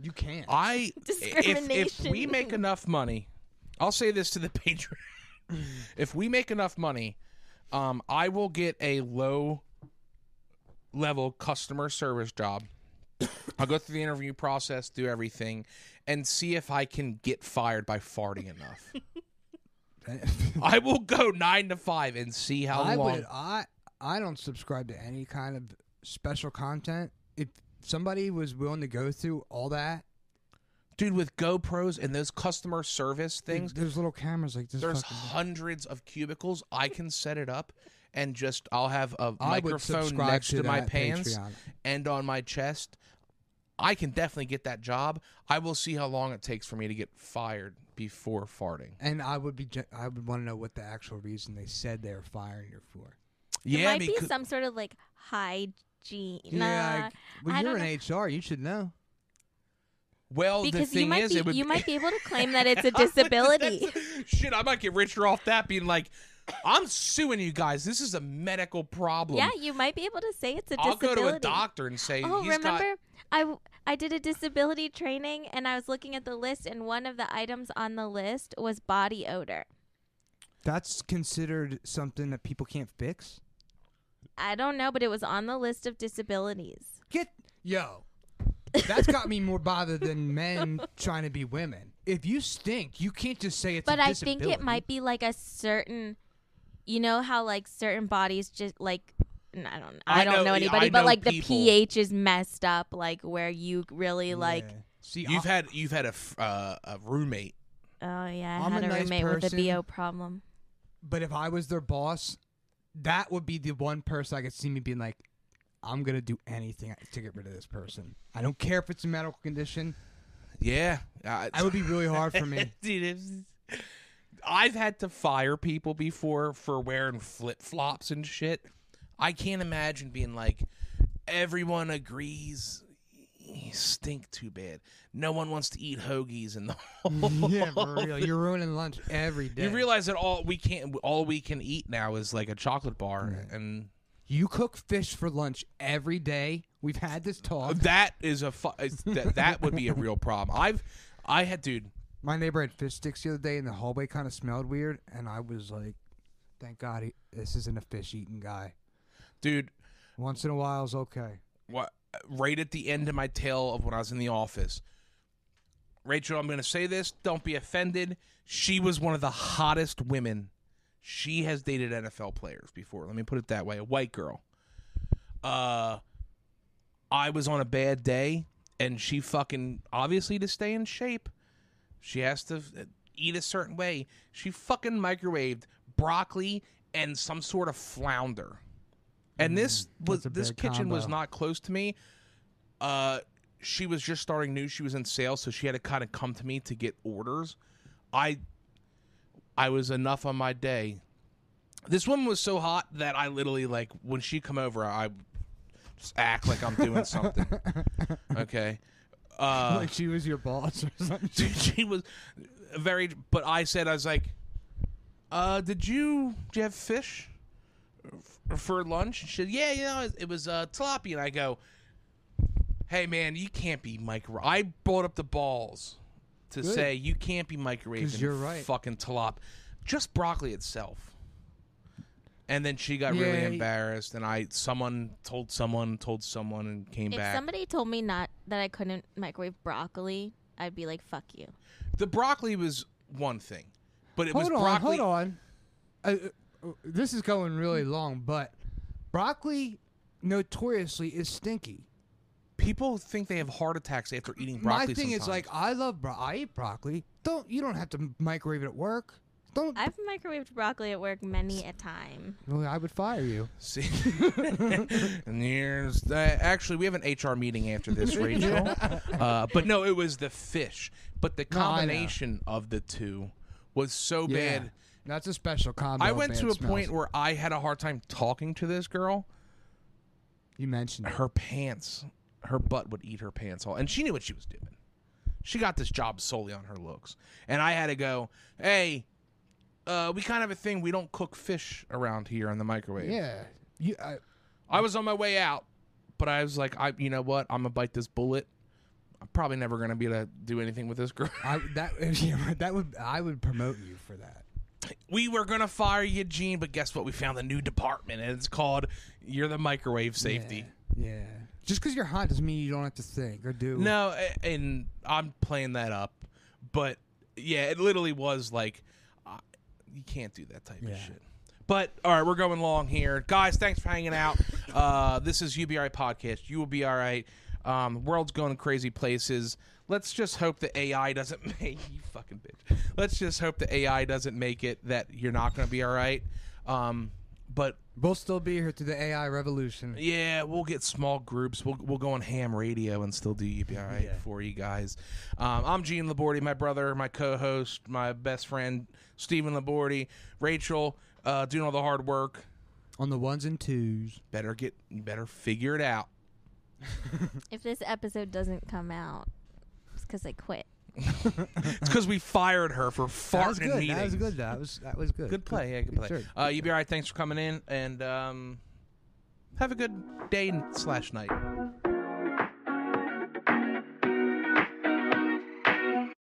you can't.
I if, if
Discrimination.
we make enough money, I'll say this to the patron. if we make enough money, um, I will get a low level customer service job. I'll go through the interview process, do everything, and see if I can get fired by farting enough. I will go nine to five and see how
I
long.
would. I I don't subscribe to any kind of special content. If somebody was willing to go through all that,
Dude, with GoPros and those customer service things,
there's little cameras like this.
There's
fucking-
hundreds of cubicles. I can set it up and just I'll have a
I would
microphone
subscribe
next to,
to
my
that
pants
Patreon.
and on my chest. I can definitely get that job. I will see how long it takes for me to get fired before farting.
and I would be. gen- I would want to know what the actual reason they said they were firing you for.
it
Yeah,
might be
becau-
some sort of like hygiene.
Yeah,
Nah.
I- well,
I
you're
don't
an
know.
HR. You should know.
well, Oh, the
because
thing
you might
is,
be
it would
you
be-
might be able to claim that it's a disability.
Shit, I might get richer off that being like, I'm suing you guys. This is a medical problem.
yeah, you might be able to say it's a
I'll
disability.
go to a doctor and say
Oh,
he's got
remember I w I I did a disability training and I was looking at the list and one of the items on the list was body odor.
That's considered something that people can't fix.
I don't know, but it was on the list of disabilities.
Get yo. That's got me more bothered than men trying to be women. If you stink, you can't just say it's.
But
a
I think it
disability.
might be like a certain you know how like certain bodies just like n- I don't
I
I, don't
know- e,
know,
I
anybody but
know
like the
people-
pH is messed up like where you really like
Yeah. See,
you've
I-
had you've had a f- uh, a roommate
oh yeah, I
I'm
had
a
a,
nice
roommate with
person.
a BO problem.
But if I was their boss, that would be the one person I could see me being like, I'm gonna do anything to get rid of this person. I don't care if it's a medical condition.
Yeah, uh,
That would be really hard for me.
dude. it's- I've had to fire people before for wearing flip flops and shit. I can't imagine being like, everyone agrees you stink too bad. No one wants to eat hoagies and the whole.
yeah, for real. You're ruining lunch every day.
You realize that all we can't, all we can eat now is like a chocolate bar, and
You cook fish for lunch every day. We've had this talk.
that is a fu- is- that that would be a real problem. I've, I had, dude.
My neighbor had fish sticks the other day, and the hallway kind of smelled weird. And I was like, "Thank God, he, this isn't a fish eating guy."
Dude,
Once in a while is okay.
what right at the end of my tale of when I was in the office. Rachel, I'm going to say this. Don't be offended. She was one of the hottest women. She has dated NFL players before. Let me put it that way. A white girl. Uh, I was on a bad day, and she fucking obviously to stay in shape, she has to uh, eat a certain way. She fucking microwaved broccoli and some sort of flounder. And this was
Mm, that's a
this
big
kitchen was
combo.
not close to me. Uh, she was just starting new. She was in sales, so she had to kind of come to me to get orders. I I was enough on my day. This woman was so hot that I literally like when she come over, I just act like I'm doing something. Okay. Uh,
like she was your boss or something.
dude, she was very. But I said, I was like, uh, "Did you did you have fish f- for lunch?" And she said, "Yeah, you know, it was uh, tilapia." And I go, "Hey, man, you can't be micro." I brought up the balls to
Good.
say you can't be microwaving.
'Cause you're right.
Fucking tilapia, just broccoli itself. And then she got really
Yeah.
embarrassed, and I someone told someone told someone and came
If
back.
somebody told me not that I couldn't microwave broccoli, I'd be like, "Fuck you."
the broccoli was one thing, but it
hold
was
on,
broccoli.
hold on. Uh, uh, this is going really long, but broccoli notoriously is stinky.
people think they have heart attacks after eating broccoli.
My thing
sometimes.
is like I love bro- I eat broccoli. Don't you don't have to microwave it at work. Don't.
I've microwaved broccoli at work many a time.
Well, I would fire you.
see, and here's the, actually we have an HR meeting after this, Rachel. uh, but no, it was the fish. But the
No, I know.
combination of the two was so
Yeah.
bad.
That's a special combo.
I
of
went
bad
to a
smells.
point where I had a hard time talking to this girl.
you mentioned it.
Her pants, her butt would eat her pants all, and she knew what she was doing. She got this job solely on her looks, and I had to go, hey. Uh, we kind of have a thing. We don't cook fish around here in the microwave.
Yeah. You, I,
I was on my way out, but I was like, I, you know what? I'm gonna bite this bullet. I'm probably never gonna be able to do anything with this girl.
I that yeah, that would I would promote you for that.
We were gonna fire you, Gene, but guess what? We found a new department, and it's called "You're the Microwave Safety."
Yeah. yeah. Just because you're hot doesn't mean you don't have to think or do.
No, a- and I'm playing that up, but yeah, it literally was like, uh, you can't do that type
Yeah.
of shit. But all right, we're going long here, guys. Thanks for hanging out. Uh, this is UBI podcast. You will be all right. Um, the world's going crazy places. Let's just hope the AI doesn't make you fucking bitch. Let's just hope the AI doesn't make it that you're not going to be all right. Um, but
We'll still be here through the AI revolution.
yeah, we'll get small groups. We'll, we'll go on ham radio and still do UBI for you guys. Um, I'm Gene Labordi, my brother, my co-host, my best friend, Stephen Labordi, Rachel, uh, doing all the hard work.
On the ones and twos.
Better get, you better figure it out.
If this episode doesn't come out, it's because I quit.
It's because we fired her for
That was
farting in
good.
meetings.
That was good. That was that was good.
Good play, yeah, good play.
job.
Uh, UBI, thanks for coming in, and um, have a good day slash night.